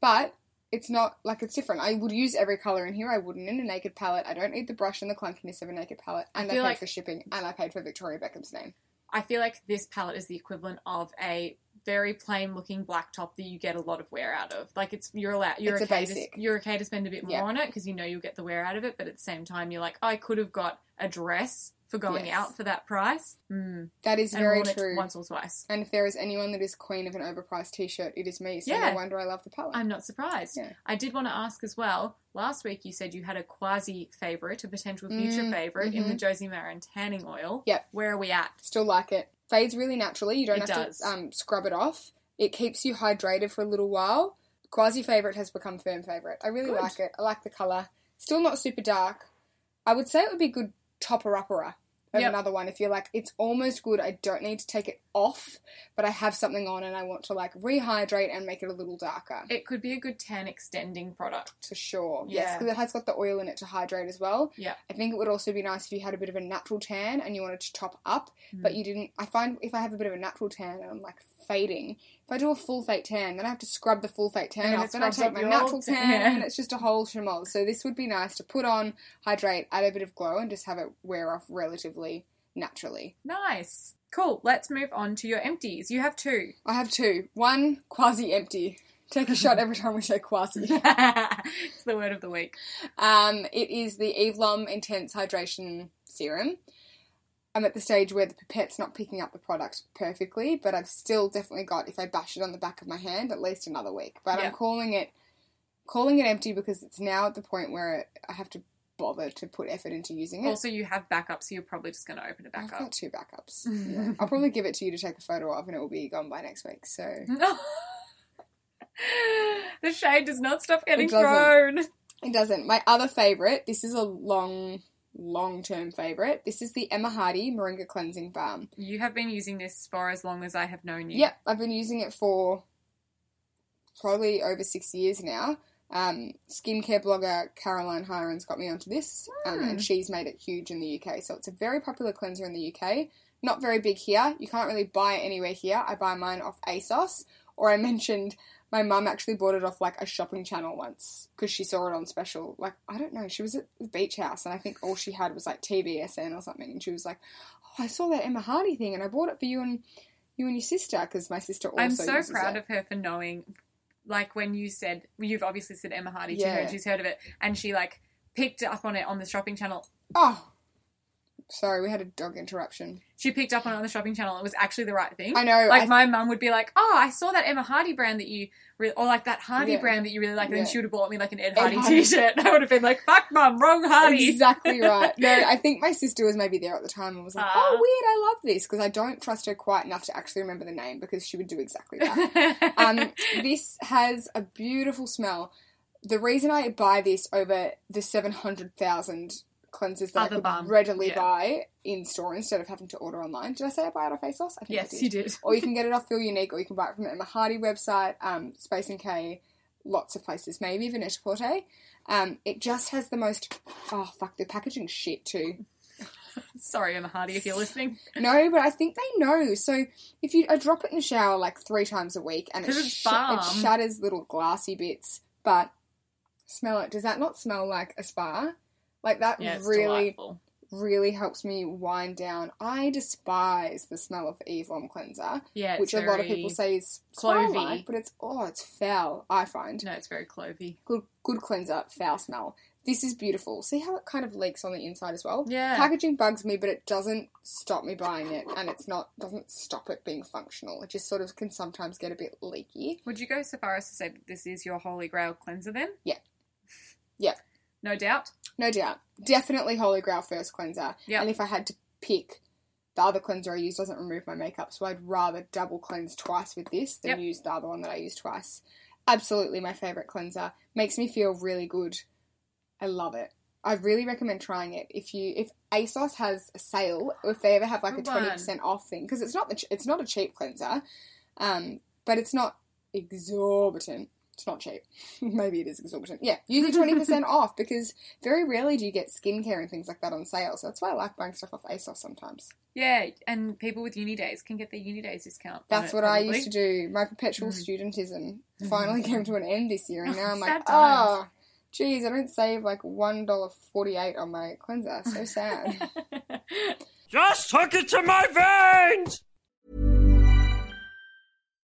but it's not like it's different. I would use every color in here. I wouldn't in a naked palette. I don't need the brush and the clunkiness of a naked palette. And I, feel paid like- for shipping. And I paid for Victoria Beckham's name. I feel like this palette is the equivalent of a very plain looking black top that you get a lot of wear out of. Like it's you're allowed you're It's a okay basic. to you're okay to spend a bit more Yeah. on it because you know you'll get the wear out of it, but at the same time you're like, oh, I could have got a dress for going Yes. out for that price. Mm. That is And very worn true. it once or twice. And if there is anyone that is queen of an overpriced T-shirt, it is me. So Yeah. no wonder I love the palette. I'm not surprised. Yeah. I did want to ask as well. Last week you said you had a quasi favorite, a potential future Mm, favorite in mhm. the Josie Maran tanning oil. Yep. Where are we at? Still like it. Fades really naturally. You don't It have does. to um, scrub it off. It keeps you hydrated for a little while. Quasi favorite has become firm favorite. I really Good. like it. I like the color. Still not super dark. I would say it would be good topper upper of Yep. another one if you're like it's almost good. I don't need to take it off, but I have something on and I want to like rehydrate and make it a little darker. It could be a good tan extending product. for sure. Yes, Yeah. because it has got the oil in it to hydrate as well. Yeah. I think it would also be nice if you had a bit of a natural tan and you wanted to top up, Hmm. but you didn't. I find if I have a bit of a natural tan and I'm like fading, if I do a full fade tan, then I have to scrub the full fade tan And it off, then I scrubs take up my your natural old tan, tan, yeah. and it's just a whole chamois. So this would be nice to put on, hydrate, add a bit of glow, and just have it wear off relatively naturally. Nice. Cool. Let's move on to your empties. You have two. [laughs] I have two. One quasi empty. Take a shot every time we say quasi. it's the word of the week. Um, it is the Evlom Intense Hydration Serum. I'm at the stage where the pipette's not picking up the product perfectly, but I've still definitely got, if I bash it on the back of my hand, at least another week. But Yeah. I'm calling it calling it empty because it's now at the point where I have to bother to put effort into using it. Also, you have backup, so you're probably just going to open it back I've got [laughs] up. two [laughs] backups. Yeah. I'll probably give it to you to take a photo of, and it will be gone by next week. So the shade does not stop getting It doesn't. thrown. It doesn't. My other favourite, this is a long, long term favourite. This is the Emma Hardy Moringa Cleansing Balm. You have been using this for as long as I have known you. Yep, I've been using it for probably over six years now. Um, skincare blogger Caroline Hirons got me onto this, um, and she's made it huge in the UK. So it's a very popular cleanser in the UK. Not very big here. You can't really buy it anywhere here. I buy mine off ASOS, or I [laughs] mentioned my mum actually bought it off like a shopping channel once because she saw it on special. Like I don't know, she was at the beach house, and I think all she had was like TBSN or something, and she was like, "Oh, I saw that Emma Hardy thing, and I bought it for you and." You and your sister, because my sister also. I'm so uses proud it. of her for knowing. Like when you said, you've obviously said Emma Hardy to her, Yeah. and she's heard of it, and she like picked up on it on the shopping channel. Oh, sorry, we had a dog interruption. She picked up on it on the shopping channel. It was actually the right thing. I know. Like I, my mum would be like, "Oh, I saw that Emma Hardy brand that you, re- or like that Hardy Yeah. brand that you really like." And then Yeah. she would have bought me like an Ed Ed Hardy, Hardy. T-shirt. [laughs] And I would have been like, "Fuck, mum, wrong Hardy." [laughs] exactly right. No, I think my sister was maybe there at the time and was like, Ah. "Oh, weird, I love this," because I don't trust her quite enough to actually remember the name because she would do exactly that. [laughs] um, this has a beautiful smell. The reason I buy this over the 700,000 cleansers that Other I could balm. readily Yeah. buy in store instead of having to order online. Did I say I buy it off ASOS? I think I yes, you did. or you can get it off Feel Unique, or you can buy it from the Emma Hardy website, um, Space and K, lots of places, maybe even Net-a-Porter. Um, it just has the most. Oh fuck, the packaging shit too. Sorry, Emma Hardy, if you're [laughs] listening, No, but I think they know. So if you, I drop it in the shower like three times a week, and it, 'Cause it's sh- balm. it shatters little glassy bits. But smell it. Does that not smell like a spa? Like that yeah, it's really delightful. really helps me wind down. I despise the smell of Evlom cleanser, Yeah, it's which a lot of very people say is clovey. clovey, but it's oh, it's foul. I find No, it's very clovey. good good cleanser, foul smell. This is beautiful. See how it kind of leaks on the inside as well. Yeah. packaging bugs me, but it doesn't stop me buying it, and it's not doesn't stop it being functional. It just sort of can sometimes get a bit leaky. Would you go so far as to say that this is your holy grail cleanser? Then, [laughs] Yeah. Yeah. no doubt. No doubt. Definitely Holy Grail first cleanser. Yeah. And if I had to pick, the other cleanser I use doesn't remove my makeup, so I'd rather double cleanse twice with this than Yep. use the other one that I use twice. Absolutely my favourite cleanser. Makes me feel really good. I love it. I really recommend trying it. If you if ASOS has a sale, or if they ever have like Good a one. twenty percent off thing, because it's not the ch- it's not a cheap cleanser, um, but it's not exorbitant. It's not cheap. [laughs] Maybe it is exorbitant. Yeah, use it 20% off because very rarely do you get skincare and things like that on sale. So that's why I like buying stuff off ASOS sometimes. Yeah, and people with uni days can get their uni days discount. on That's it, what I probably. Mm-hmm. used to do. My perpetual studentism finally [laughs] came to an end this year, and now I'm like, Sad times. oh, geez, I don't save like $1.48 on my cleanser. [laughs] So sad. Just hook it to my veins!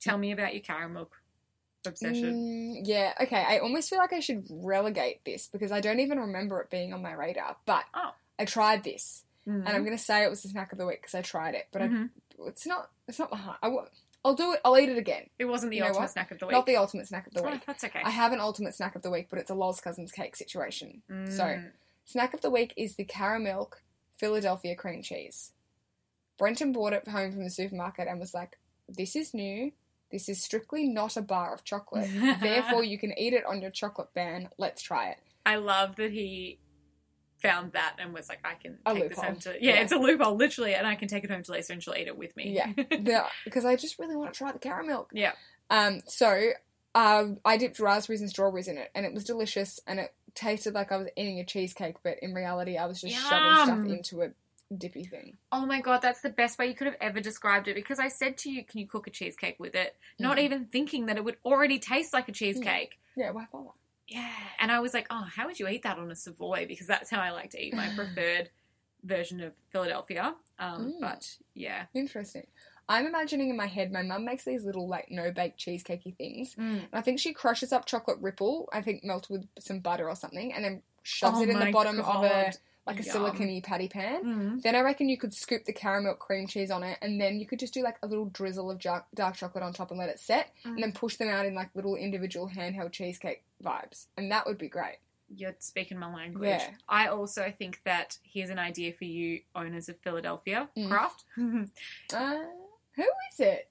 Tell me about your caramel obsession. Mm, yeah, okay. I almost feel like I should relegate this because I don't even remember it being on my radar, but Oh. Mm-hmm. I tried this. Mm, Mm. And I'm going to say it was the snack of the week because I tried it, but I, it's not. It's not my. heart. I, wa- I'll do it. I'll eat it again. It wasn't the You know ultimate what? snack of the week. Not the ultimate snack of the Oh, week. that's okay. I have an ultimate snack of the week, but it's a Lols Cousins cake situation. Mm. So, snack of the week is the Caramilk Philadelphia cream cheese. Brenton bought it home from the supermarket and was like, This is new. This is strictly not a bar [laughs] of chocolate. Therefore, you can eat it on your chocolate ban. Let's try [laughs] it. I love that he found that and was like, I can A take this loophole. home to. Yeah, Yeah. it's a loophole, literally, and I can take it home to Lisa and she'll eat it with me. [laughs] Yeah. The- Because I just really want to try the Caramilk. yeah. Um, so um, I dipped raspberries and strawberries in it, and it was delicious, and it tasted like I was eating a cheesecake, but in reality, I was just shoving Yum. stuff into a dippy thing. Oh my god, that's the best way you could have ever described it because I said to you, can you cook a cheesecake with it? Not Mm. even thinking that it would already taste like a cheesecake. Yeah, why bother? Yeah. And I was like, oh, how would you eat that on a Savoy? Because that's how I like to eat [sighs] my preferred version of Philadelphia. Um, Mm. But yeah. Interesting. I'm imagining in my head, my mum makes these little like no bake cheesecakey things, and I think she crushes up chocolate ripple. I think melted with some butter or something, and then shoves Oh it in the my bottom of a Mm. God. Mm. like a Yum. Mm-hmm. silicone patty pan. Then I reckon you could scoop the caramel cream cheese on it, and then you could just do like a little drizzle of dark, dark chocolate on top and let it set, and Mm. then push them out in like little individual handheld cheesecake vibes, and that would be great. you're speaking my language. Yeah. I also think that here's an idea for you owners of Philadelphia Mm. craft. [laughs] Uh, who is it?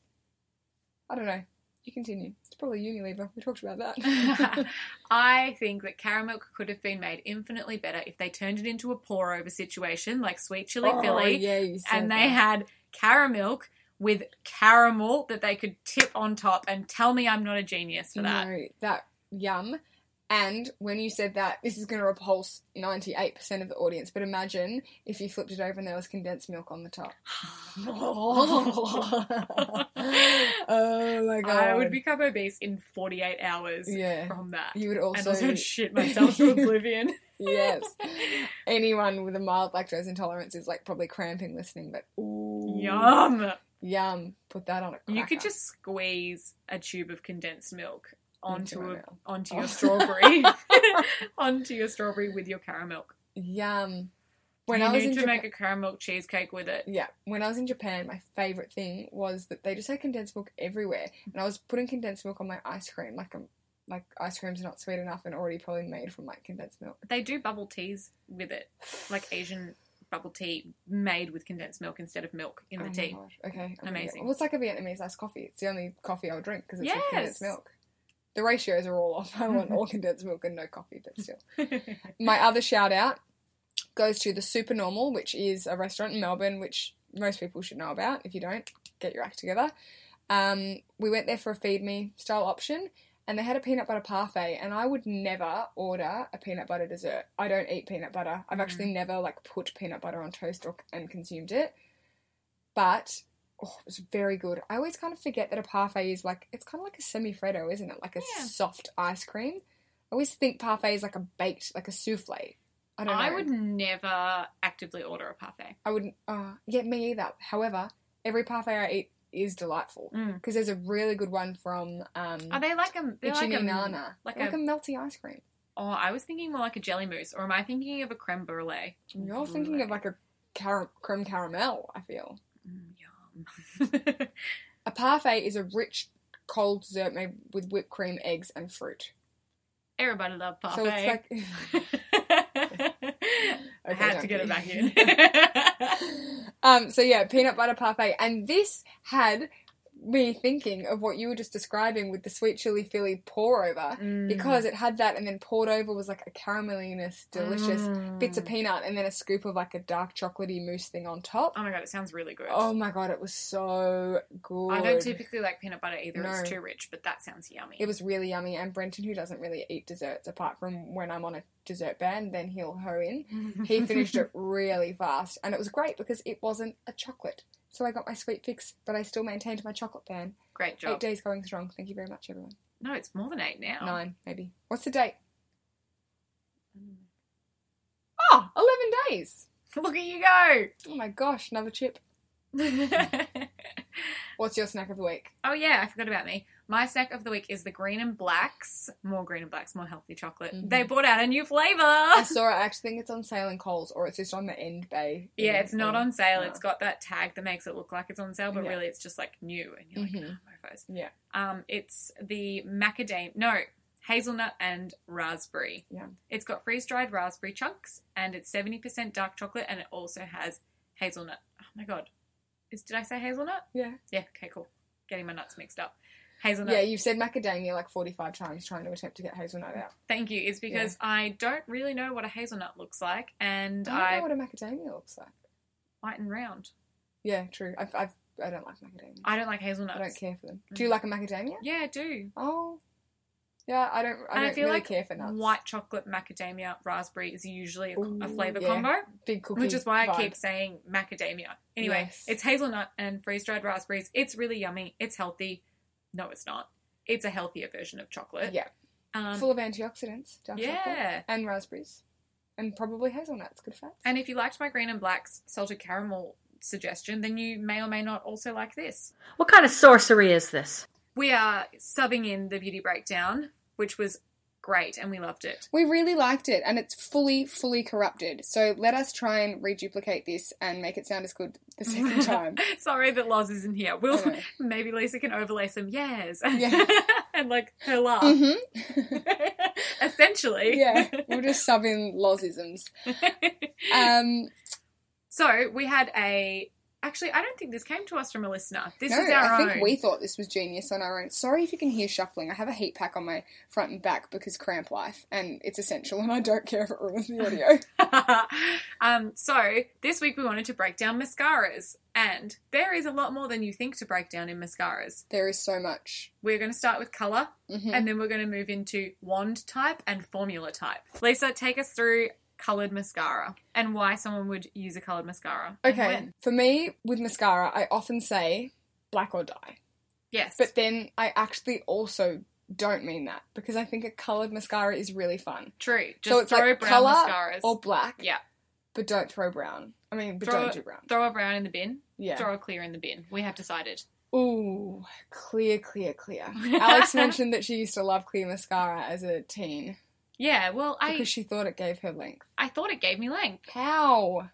I don't know. You continue. It's probably Unilever. We talked about that. [laughs] [laughs] I think that caramel could have been made infinitely better if they turned it into a pour over situation like sweet chili Oh, Philly yeah, you said and they that. had caramel with caramel that they could tip on top and tell me I'm not a genius for [laughs] that. No, [laughs] that yum. And when you said that, this is going to repulse 98% of the audience, but imagine if you flipped it over and there was condensed milk on the top. oh my god. I would become obese in 48 hours Yeah. from that. You would also- and also shit myself to [laughs] oblivion. [laughs] Yes. Anyone with a mild lactose intolerance is like probably cramping listening, but ooh. Yum. Yum. Put that on a cracker. You could just squeeze a tube of condensed milk onto Into a, my mouth. onto your [laughs] strawberry, [laughs] onto your strawberry with your caramel. Yum. When you I was need in to Japan- make a caramel cheesecake with it. Yeah, when I was in Japan, my favorite thing was that they just had condensed milk everywhere, and I was putting condensed milk on my ice cream, like I'm, like ice cream's not sweet enough and already probably made from like condensed milk. They do bubble teas with it, like Asian bubble tea made with condensed milk instead of milk in the Oh my tea. [laughs] gosh, Okay, I'm gonna Amazing. Get, well, it's like a Vietnamese iced coffee. It's the only coffee I'll drink because it's with Yes. condensed milk. The ratios are all off. I want [laughs] all condensed milk and no coffee, but still. my other shout out goes to the Super Normal, which is a restaurant in Melbourne, which most people should know about. If you don't, get your act together. Um, we went there for a feed me style option, and they had a peanut butter parfait. And I would never order a peanut butter dessert. I don't eat peanut butter. Mm. I've actually never like put peanut butter on toast or, and consumed it. But Oh, it was very good. I always kind of forget that a parfait is like it's kind of like a semifreddo, isn't it? Like a soft ice cream. I always think parfait is like a baked, like a souffle. I don't know. I would never actively order a parfait. I wouldn't. Uh, yeah, me either. However, every parfait I eat is delightful Mm. because there's a really good one from um, Are they like a they're like a Ichininana. like They're like a- a melty ice cream. Oh, I was thinking more like a jelly mousse, or am I thinking of a creme brulee? You're thinking of like a car- creme caramel. I feel Mm, a parfait is a rich cold dessert made with whipped cream, eggs, and fruit. [laughs] Everybody love parfait. So it's like [laughs] [laughs] I had to get it back in. [laughs] um, so yeah, peanut butter parfait, and this had me thinking of what you were just describing with the sweet chili Philly pour Mm. over because it had that, and then poured over was like a carameliness, delicious Mm. bits of peanut, and then a scoop of like a dark chocolatey mousse thing on top. oh my god, it sounds really good. Oh my god, it was so good. I don't typically like peanut butter either. No. It's too rich, but that sounds yummy. It was really yummy. And Brenton, who doesn't really eat desserts apart from when I'm on a dessert ban, then he'll hoe [laughs] in. He finished it really fast, and it was great because it wasn't a chocolate. So I got my sweet fix, but I still maintained my chocolate ban. Great Eight job. days going strong. Thank you very much, everyone. No, it's more than eight now. Nine, maybe. What's the date? Ah, 11 days. [laughs] Look at you go. [laughs] Oh my gosh, another chip. What's your snack of [laughs] the week? Oh yeah, I forgot about me. My snack of the week is the green and blacks. More green and blacks, more healthy chocolate. They Mm-hmm. brought out a new flavour. I [laughs] saw it. I actually think it's on sale in Coles, or it's just on the end bay. Yeah, it's not Yeah. on sale. Yeah. It's got that tag that makes it look like it's on sale, but Yeah. really it's just like new and you're like, Mhm. "Oh, mofos. Yeah. Um, it's the macadam no, hazelnut and raspberry. Yeah. It's got freeze dried raspberry chunks and it's seventy percent dark chocolate and it also has hazelnut. Oh my god. Is did I say hazelnut? Yeah. Yeah, okay, cool. Getting my nuts mixed up. Hazelnut. Yeah, you've said macadamia like 45 times trying to attempt to get hazelnut out. Thank you. It's because I don't really know what a hazelnut looks like and I I, don't know what a macadamia looks like. white and round. Yeah, true. I've, I've, I don't like macadamia. I Mm. don't like I hazelnuts. don't care for them. Do you like a macadamia? Yeah, I do. Oh. Yeah, I don't, I and don't I feel really like care for nuts. white chocolate, macadamia, raspberry is usually a, Ooh, flavor yeah. combo, Big cookie. which is why vibe. I keep saying macadamia. Anyway, Yes. it's hazelnut and freeze dried raspberries. It's really yummy. It's healthy. No, it's not. It's a healthier version of chocolate. Yeah. Um, Full of antioxidants, dark Yeah. chocolate, and raspberries. And probably hazelnuts, good fats. and if you liked my green and black's salted caramel suggestion, then you may or may not also like this. What kind of sorcery is this? We are subbing in the beauty breakdown, which was great and we loved it. We really liked it, and it's fully, fully corrupted. So let us try and reduplicate this and make it sound as good [laughs] the second time. Sorry that Loz isn't here. We'll I know. maybe Lisa can overlay some yes Yeah. [laughs] and like her laugh. hmm [laughs] Essentially. yeah, we'll just sub in Lozisms. [laughs] Um, so we had a actually I don't think this came to us from a listener. This no, is our I own. think we thought this was genius on our own. Sorry if you can hear shuffling. I have a heat pack on my front and back because cramp life, and it's essential, and I don't care if it ruins [laughs] the audio. [laughs] um, so this week we wanted to break down mascaras, and there is a lot more than you think to break down in mascaras. there is so much. We're going to start with color, Mhm. and then we're going to move into wand type and formula type. Lisa, take us through colored mascara and why someone would use a colored mascara. and Okay, when. for me with mascara, I often say black or die, Yes. but then I actually also don't mean that because I think a coloured mascara is really fun. true. Just so it's throw like brown colour mascaras. or black, yeah. but don't throw brown. I mean, but Throw don't a- do brown. Throw a brown in the bin. Yeah. Throw a clear in the bin. We have decided. Ooh, clear, clear, clear. [laughs] Alex mentioned that she used to love clear mascara as a teen Yeah, well, I because she thought it gave her length. I thought it gave me length. How?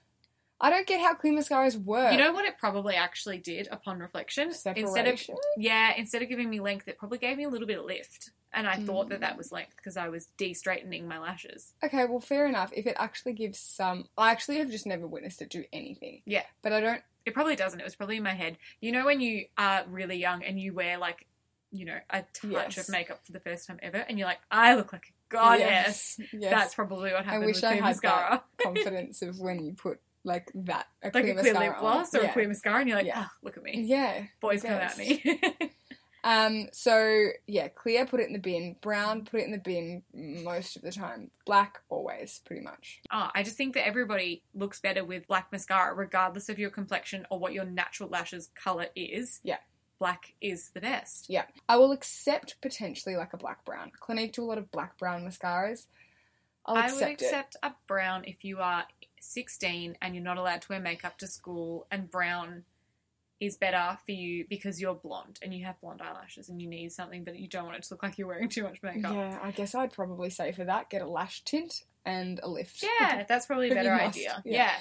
I don't get how clear mascaras work. You know what it probably actually did upon reflection? Instead of Separation? yeah, instead of giving me length, it probably gave me a little bit of lift, and I thought Hmm. that that was length because I was de straightening my lashes. Okay, well, fair enough. If it actually gives some, I actually have just never witnessed it do anything. Yeah, But I don't. it probably doesn't. It was probably in my head. You know when you are really young and you wear like, you know, a touch Yes. of makeup for the first time ever, and you're like, I look like a goddess. [laughs] Yes. Oh, That's probably what I happened wish with I clear had mascara. [laughs] that confidence of when you put like that a like clear a clear mascara [laughs] lip gloss on. or "Oh, yeah. Mm-hmm. a clear mascara, and you're like, Yeah. oh, look at me. Yeah. Boys come yes. at me. [laughs] Um, so yeah, clear, put it in the bin. Brown, put it in the bin most of the time. Black, always, pretty much. Oh, I just think that everybody looks better with black mascara, regardless of your complexion or what your natural lashes color is. Yeah. Black is the best. Yeah. I will accept potentially like a black brown. Clinique do a lot of black brown mascaras. I'll I accept would accept a brown if you are 16 and you're not allowed to wear makeup to school, and brown is better for you because you're blonde and you have blonde eyelashes and you need something, but you don't want it to look like you're wearing too much it. makeup. Yeah, I guess I'd probably say for that, get a lash tint and a lift. [laughs] Yeah, that's probably a If you better must, idea. yeah.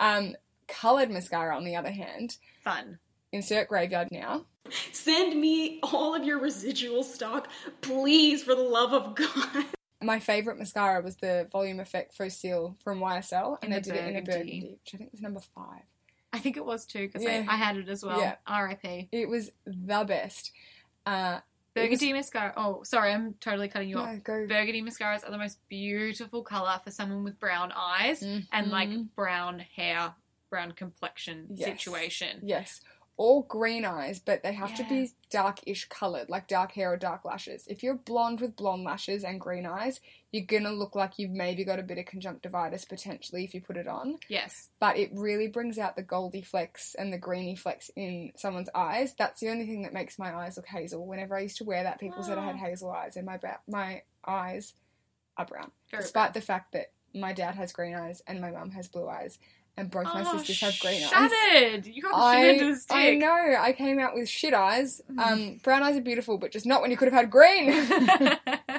Yeah. Um, coloured mascara, on the other hand, fun. Insert graveyard now. Send me all of your residual stock, please, for the love of God. My favourite mascara was the Volume Effect Faux Seal from YSL, and In they the did it in a burgundy. burgundy, which I think was number five. I think it was too because Yeah. I, I had it as well. Yeah. R.I.P. It was the best. Uh, it was- Burgundy mascara. Oh, sorry, I'm totally cutting you No, off. go. Burgundy mascaras are the most beautiful color for someone with brown eyes Mm-hmm. and like brown hair, brown complexion Yes. situation. Yes. Or green eyes, but they have to Yeah. be dark-ish coloured, like dark hair or dark lashes. If you're blonde with blonde lashes and green eyes, you're gonna look like you've maybe got a bit of conjunctivitis potentially if you put it on. Yes. But it really brings out the goldy flecks and the greeny flecks in someone's eyes. That's the only thing that makes my eyes look hazel. Whenever I used to wear that, people said I had hazel eyes, and my ba- my eyes are brown, Very despite the fact that my dad has green eyes and my mum has blue eyes, and both my Oh, sisters have green eyes. Shattered. You got the shit end of [laughs] I, the stick. I know. I came out with shit eyes. Um, brown eyes are beautiful, but just not when you could have had green.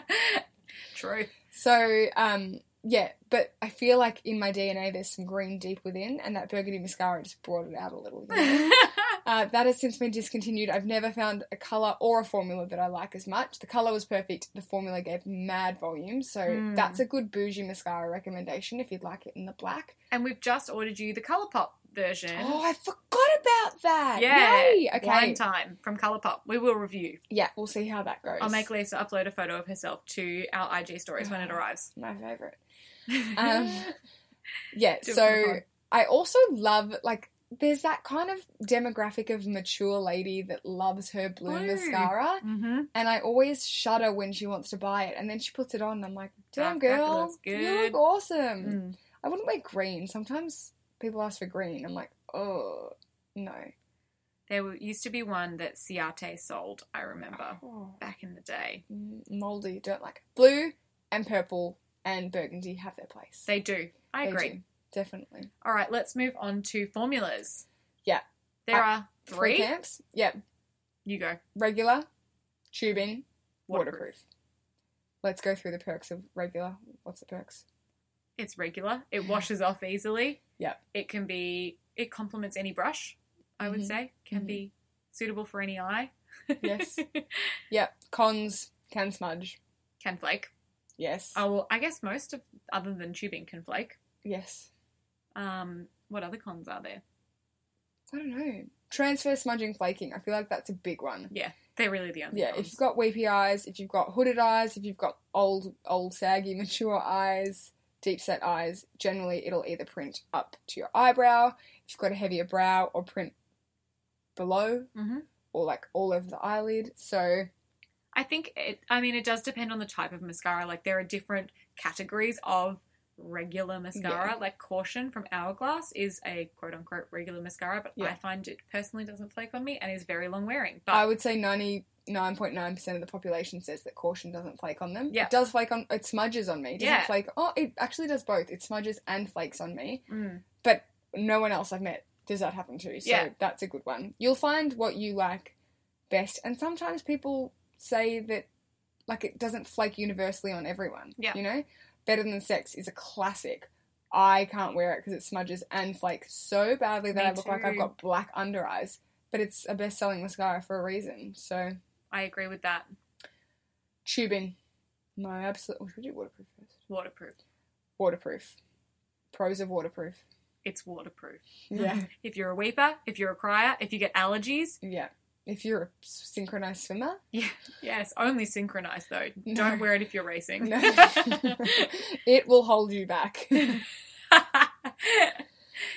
[laughs] True. so, um, yeah, but I feel like in my DNA there's some green deep within, and that burgundy mascara just brought it out a little. [laughs] you know? uh, that has since been discontinued. I've never found a colour or a formula that I like as much. The colour was perfect, the formula gave mad volume, so Mm. that's a good bougie mascara recommendation if you'd like it in the black. And we've just ordered you the ColourPop version. [gasps] Oh, I forgot about that! yeah. Yay! Okay. Wine time from ColourPop. We will review. Yeah, we'll see how that goes. I'll make Lisa upload a photo of herself to our IG stories [gasps] when it arrives. My favorite. Um, yeah, Do it for the so pod. I also love like there's that kind of demographic of mature lady that loves her blue, Blue. mascara, [laughs] Mm-hmm. and I always shudder when she wants to buy it, and then she puts it on, and I'm like, "Damn Dark chocolate girl, looks you look good." Mm. awesome." I wouldn't wear green. Sometimes people ask for green, I'm like, "Oh no." There were- used to be one that Ciate sold, I remember, Oh. back in the day. Mm, Moldy, don't like it. blue and purple and burgundy have their place. They do. I They agree. do, definitely. All right, let's move on to formulas. Yeah, Uh, There I- are three. camps. Yeah, You go. regular, tubing, Waterproof. waterproof. Let's go through the perks of regular. What's the perks? It's regular. It washes off easily. Yep. It can be. It complements any brush. I would Mhm. say can Mhm. be suitable for any eye. Yes. yep. Cons can smudge. [laughs] Can flake. Yes. Oh well, I guess most of other than tubing can flake. Yes. Um, what other cons are there? I don't know. Transfer smudging flaking. I feel like that's a big one. Yeah, they're really the only. Yeah, if cons. you've got weepy eyes, if you've got hooded eyes, if you've got old, old, saggy, [laughs] mature eyes, deep set eyes, generally it'll either print up to your eyebrow, if you've got a heavier brow, or print below, Mhm. or like all over the eyelid. So, I think it, I mean, it does depend on the type of mascara. Like, there are different categories of regular mascara. Yeah. Like, Caution from Hourglass is a quote unquote regular mascara, but Yeah. I find it personally doesn't flake on me and is very long wearing. But I would say 99.9% of the population says that caution doesn't flake on them. Yeah. It does flake on, it smudges on me. It doesn't Yeah. flake, oh, it actually does both. It smudges and flakes on me. Mm. But no one else I've met does that happen to. So Yeah. that's a good one. You'll find what you like best. And sometimes people say that, like, it doesn't flake universally on everyone. Yeah. You know? Better Than Sex is a classic. I can't wear it because it smudges and flakes so badly that Me I look like I've too. got black under eyes. But it's a best selling mascara for a reason. So I agree with that. tubing. No, absolutely. Should we do waterproof first? Waterproof. Waterproof. Pros of waterproof. It's waterproof. Yeah. If you're a weeper, if you're a crier, if you get allergies, [laughs] yeah. If you're a synchronized swimmer, yeah, yes, only synchronized though. [laughs] No. Don't wear it if you're racing. No. [laughs] [laughs] it will hold you back.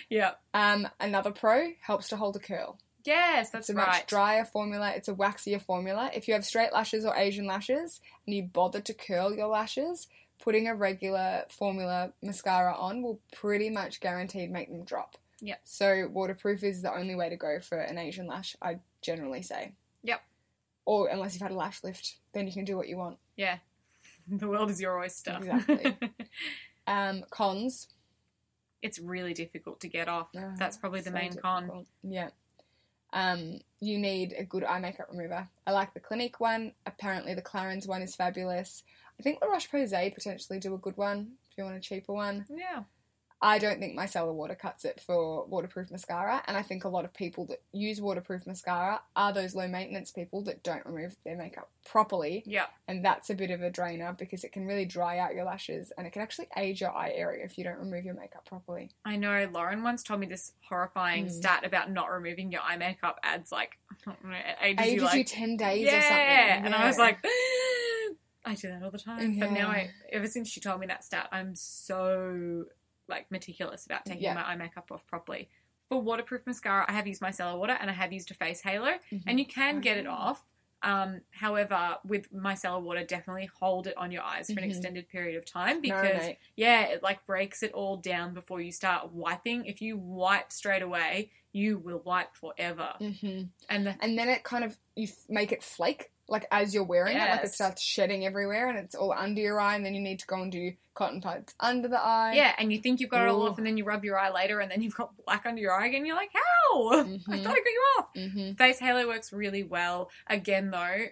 yeah. um, another pro helps to hold a curl. Yes, that's it's a right. much drier formula. It's a waxier formula. If you have straight lashes or Asian lashes and you bother to curl your lashes, putting a regular formula mascara on will pretty much guaranteed make them drop. Yep. So waterproof is the only way to go for an Asian lash, I generally say. Yep. Or unless you've had a lash lift, then you can do what you want. Yeah. The world is your oyster. Exactly. um, cons. [laughs] It's really difficult to get off. That's probably the Uh, so main con. Yeah. Um, you need a good eye makeup remover. I like the Clinique one. Apparently, the Clarins one is fabulous. I think La Roche Posay potentially do a good one if you want a cheaper one. Yeah. I don't think micellar water cuts it for waterproof mascara, and I think a lot of people that use waterproof mascara are those low maintenance people that don't remove their makeup properly. Yeah. And that's a bit of a drainer because it can really dry out your lashes and it can actually age your eye area if you don't remove your makeup properly. I know Lauren once told me this horrifying Mm. stat about not removing your eye makeup adds like [laughs] it ages, Ages you, you like 10 days or yeah. something. And I was Yeah. like, [gasps] I do that all the time. But now I, Yeah. ever since she told me that stat, I'm so like meticulous about taking Yeah. my eye makeup off properly. For waterproof mascara, I have used micellar water and I have used a face halo, Mm-hmm. and you can get it off. Um, however, with micellar water, definitely hold it on your eyes for an Mhm. extended period of time No, because mate. yeah, it like breaks it all down before you start wiping. If you wipe straight away, you will wipe forever. Mm-hmm. And the and then it kind of you f- make it flake like as you're wearing it like it Yes. starts shedding everywhere and it's all under your eye and then you need to go and do cotton pads under the eye Yeah, and you think you've got it all Ooh. off, and then you rub your eye later, and then you've got black under your eye again. You're like, how? [laughs] Mm-hmm. I thought I got you off. Mhm. Face halo works really well. Again, though,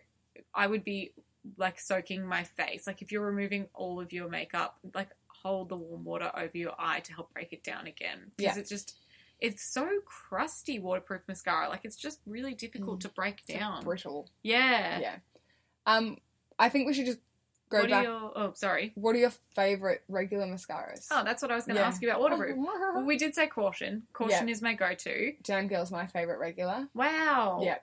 I would be like soaking my face. Like if you're removing all of your makeup, like hold the warm water over your eye to help break it down again because Yeah. it just. It's so crusty waterproof mascara. Like it's just really Mm. difficult to break so down. brittle Yeah. yeah um i think we should just go What are back your- oh, sorry. what are your favorite regular mascaras Oh, that's what I was going to Yeah. Oh. ask you about waterproof. well, we did say caution. Caution Yeah. is my go-to. jam girl's my favorite regular Wow. yeah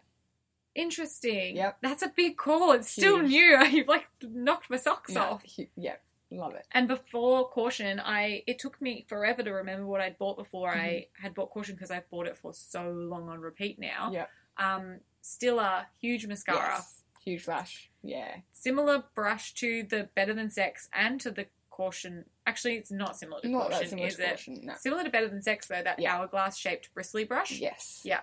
Interesting. Yep. That's a big call. It's still Huge. new. [laughs] You've like knocked my socks No, off. hu- yeah love it And before caution, I it took me forever to remember what I'd bought before I Mhm. had bought caution because I've bought it for so long on repeat now. Yep. Um, still a huge mascara. Yes. huge lash yeah Similar brush to the Better Than Sex and to the caution. Actually, it's not similar to Not that caution, similar is to it? Caution, no. Similar to Better Than Sex though. That Yeah. hourglass shaped bristly brush. yes Yeah,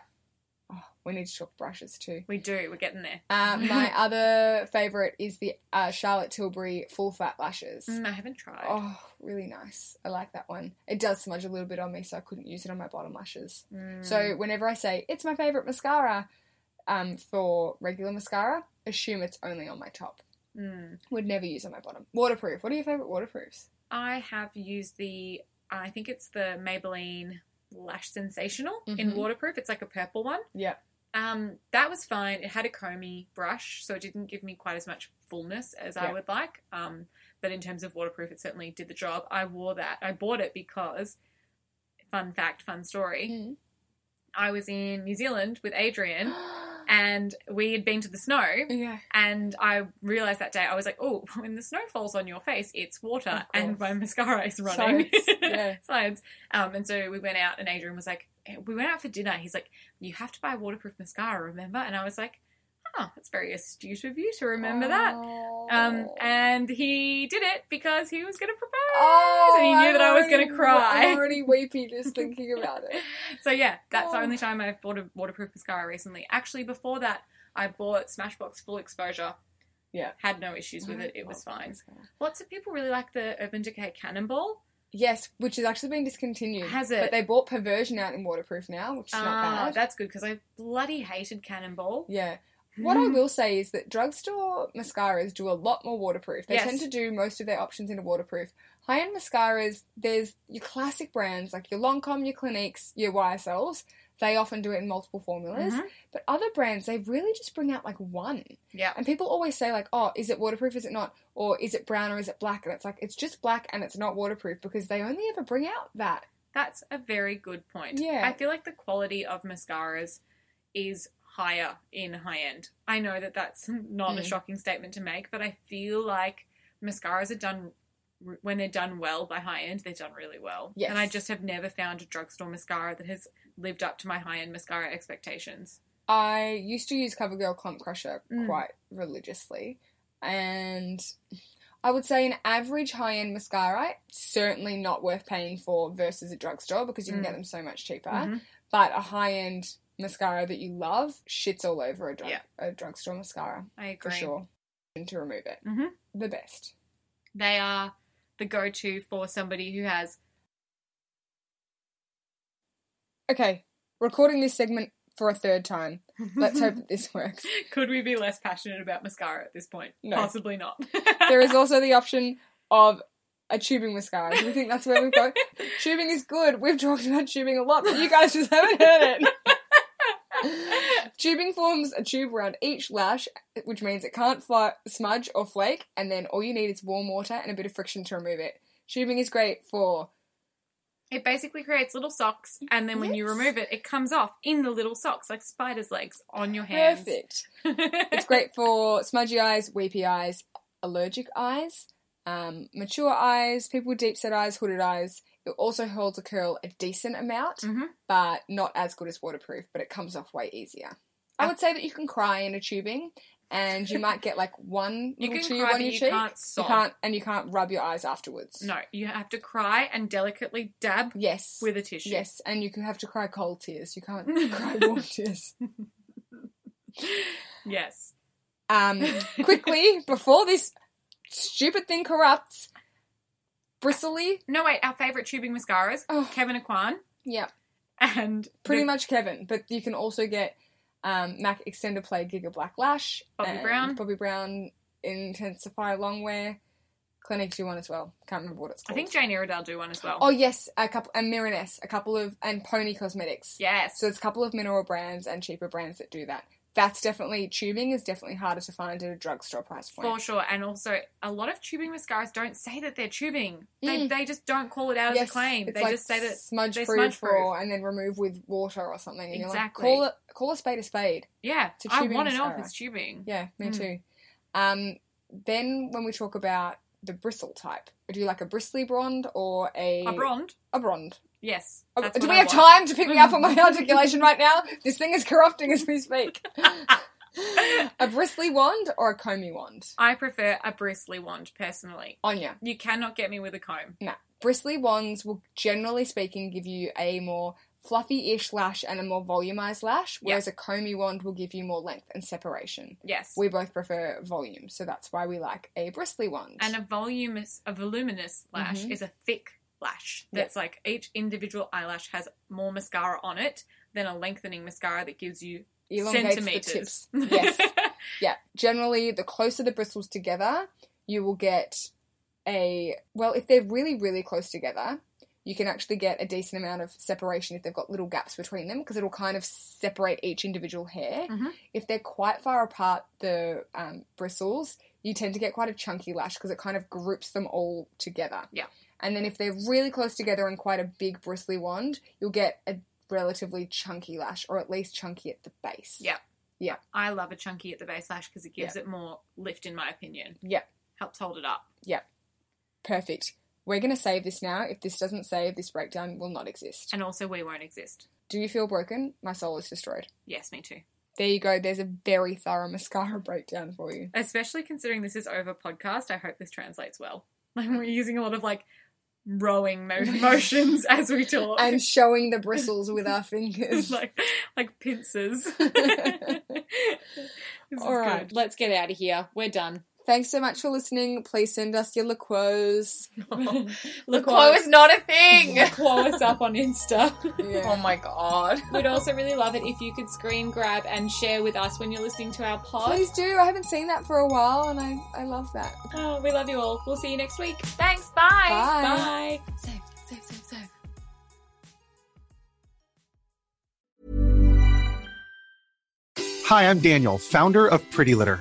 oh, we need to talk brushes too we do. We're getting there. Uh, [laughs] my other favorite is the uh, Charlotte Tilbury full fat lashes. Mm, I haven't tried. Oh, really nice. I like that one. It does smudge a little bit on me, so I couldn't use it on my bottom lashes. Mm. So whenever I say it's my favorite mascara, um, for regular mascara, assume it's only on my top. Mm. Would never use on my bottom. Waterproof. What are your favorite waterproofs? I have used the, I think it's the Maybelline Lash Sensational in Mhm. waterproof. It's like a purple one. Yeah. Um, that was fine. It had a comby brush, so it didn't give me quite as much fullness as I Yeah. would like. Um, but in terms of waterproof, it certainly did the job. I wore that. I bought it because, fun fact, fun story. I was in New Zealand with Adrian, [gasps] and we had been to the snow. [gasps] Yeah. And I realized that day, I was like, oh, [laughs] when the snow falls on your face, it's water, Of and course. my mascara is running. [laughs] Science, yeah. Science. Um, and so we went out, and Adrian was like, "Eh, we went out for dinner. He's like, you have to buy waterproof mascara, remember? And I was like, oh, that's very astute of you to [laughs] remember that. Um, and he did it because he was going to propose. Oh, and he knew that I was going to cry. I'm [laughs] already weepy just thinking about it. So yeah, that's the Oh. only time I've bought a waterproof mascara recently. Actually, before that, I bought Smashbox Full Exposure. Yeah. Oh, Had no issues with it. It was fine. Lots of people really like the Urban Decay Cannonball. Yes, which has actually been discontinued. Has it? But they bought Perversion out in waterproof now, which is Ah, not bad. that's good because I bloody hated Cannonball. Yeah. What Hmm. I will say is that drugstore mascaras do a lot more waterproof. They Yes. tend to do most of their options in a waterproof. High end mascaras, there's your classic brands like your Lancome, your Cliniques, your YSLs. They often do it in multiple formulas. Mhm. But other brands, they really just bring out like one. Yeah. And people always say, like, oh, is it waterproof? Is it not? Or is it brown or is it black? And it's like, it's just black and it's not waterproof because they only ever bring out that. That's a very good point. Yeah. I feel like the quality of mascaras is higher in high end. I know that that's not a Mm. shocking statement to make, but I feel like mascaras are done when they're done well by high end, they're done really well. Yes. And I just have never found a drugstore mascara that has lived up to my high end mascara expectations. I used to use CoverGirl Clump Crusher Mm. quite religiously, and I would say an average high end mascara certainly not worth paying for versus a drugstore because you can get Mm. them so much cheaper. Mhm. But a high end mascara that you love shits all over a drug Yeah. a drugstore mascara I for agree. sure. And to remove it, hmm the best. They are the go to for somebody who has Okay, recording this segment for a third time. Let's hope that this works. Could we be less passionate about mascara at this point? No. Possibly not. [laughs] there is also the option of a tubing mascara. Do you think that's where we go? tubing is good. We've talked about tubing a lot, but you guys just haven't heard it. tubing forms a tube around each lash, which means it can't fly, smudge or flake, and then all you need is warm water and a bit of friction to remove it. Tubing is great for It basically creates little socks, and then when you remove it, it comes off in the little socks, like spider's legs on your hands. [laughs] Perfect. it's great for smudgy eyes, weepy eyes, allergic eyes, um, mature eyes, people with deep set eyes, hooded eyes. It also holds a curl a decent amount, Mm-hmm. but not as good as waterproof, but it comes off way easier. I would say that you can cry in a tubing and you might get like one [laughs] You little can tube cry, on but your you cheek. can't sob. You can't and you can't rub your eyes afterwards. No, you have to cry and delicately dab Yes. with a tissue. Yes, and you can have to cry cold tears. [laughs] You can't cry warm tears. Yes. [laughs] Um, quickly, before this stupid thing corrupts, bristly. No, wait, our favourite tubing mascaras Kevin Aquan Yeah, and Oh. pretty the- much Kevin. But you can also get um, Mac Extender Play Giga Black Lash, Bobbi and Brown. Bobby Brown Intensify Longwear. Clinics do one as well. Can't remember what it's I called. think Jane Iredale do one as well. Oh yes, a couple and Miraness, a couple of and Pony Cosmetics. Yes. So it's a couple of mineral brands and cheaper brands that do that. That's definitely tubing is definitely harder to find at a drugstore price point. For sure, and also a lot of tubing mascaras don't say that they're tubing. They, they just don't call it out as Mm. Yes, a claim. it's They like just say that smudge they're proof, or and then remove with water or something. And Exactly. You're like, call it call a spade a spade. Yeah, It's a I tubing want to know if mascara. it's tubing. Yeah, me Mm. too. Um, then when we talk about the bristle type, do you like a bristly blonde or a A blonde? A blonde. Yes. A- that's Oh, do what we I have want. time to pick me up [laughs] on my articulation right now? This thing is corrupting as we speak. a bristly wand or a comby wand? I prefer a bristly wand personally. Anya. You cannot get me with a comb. No. Bristly wands will, generally speaking, give you a more fluffy ish lash and a more volumized lash, whereas a comby wand will give you more length and separation. Yes. We both prefer volume, so that's why we like a bristly wand. And a voluminous, a voluminous lash Mhm. is a thick lash. Yeah. That's like each individual eyelash has more mascara on it than a lengthening mascara that gives you Elongates the [laughs] centimeters. tips. Yes. yeah. Generally, the closer the bristles together, you will get a well, if they're really, really close together, you can actually get a decent amount of separation if they've got little gaps between them because it'll kind of separate each individual hair. Mhm. If they're quite far apart, the um, bristles, you tend to get quite a chunky lash because it kind of groups them all together. Yeah. And then if they're really close together and quite a big bristly wand, you'll get a relatively chunky lash or at least chunky at the base. yeah. Yeah. I love a chunky at the base lash because it gives Yeah. it more lift, in my opinion. Yeah. Helps hold it up. Yep. Perfect. We're going to save this now. If this doesn't save, this breakdown will not exist. And also, we won't exist. Do you feel broken? My soul is destroyed. Yes, me too. There you go. There's a very thorough mascara [laughs] breakdown for you. Especially considering this is over podcast, I hope this translates well. [laughs] Like we're using a lot of like [laughs] rowing mo- motions as we talk, [laughs] And showing the bristles with our fingers. like like [laughs] pincers. [laughs] All right. Let's get out of here. We're [laughs] done. Thanks so much for listening. Please send us your [laughs] LaQuos. [laughs] LaCroix is not a thing. [laughs] Call us up on Insta. Oh my god. [laughs] We'd also really love it if you could screen grab and share with us when you're listening to our pod. Please do. I haven't seen that for a while and I, I love that. Oh, we love you all. We'll see you next week. Thanks. Bye. Bye. Bye. Save, save, save, save. Hi, I'm Daniel, founder of Pretty Litter.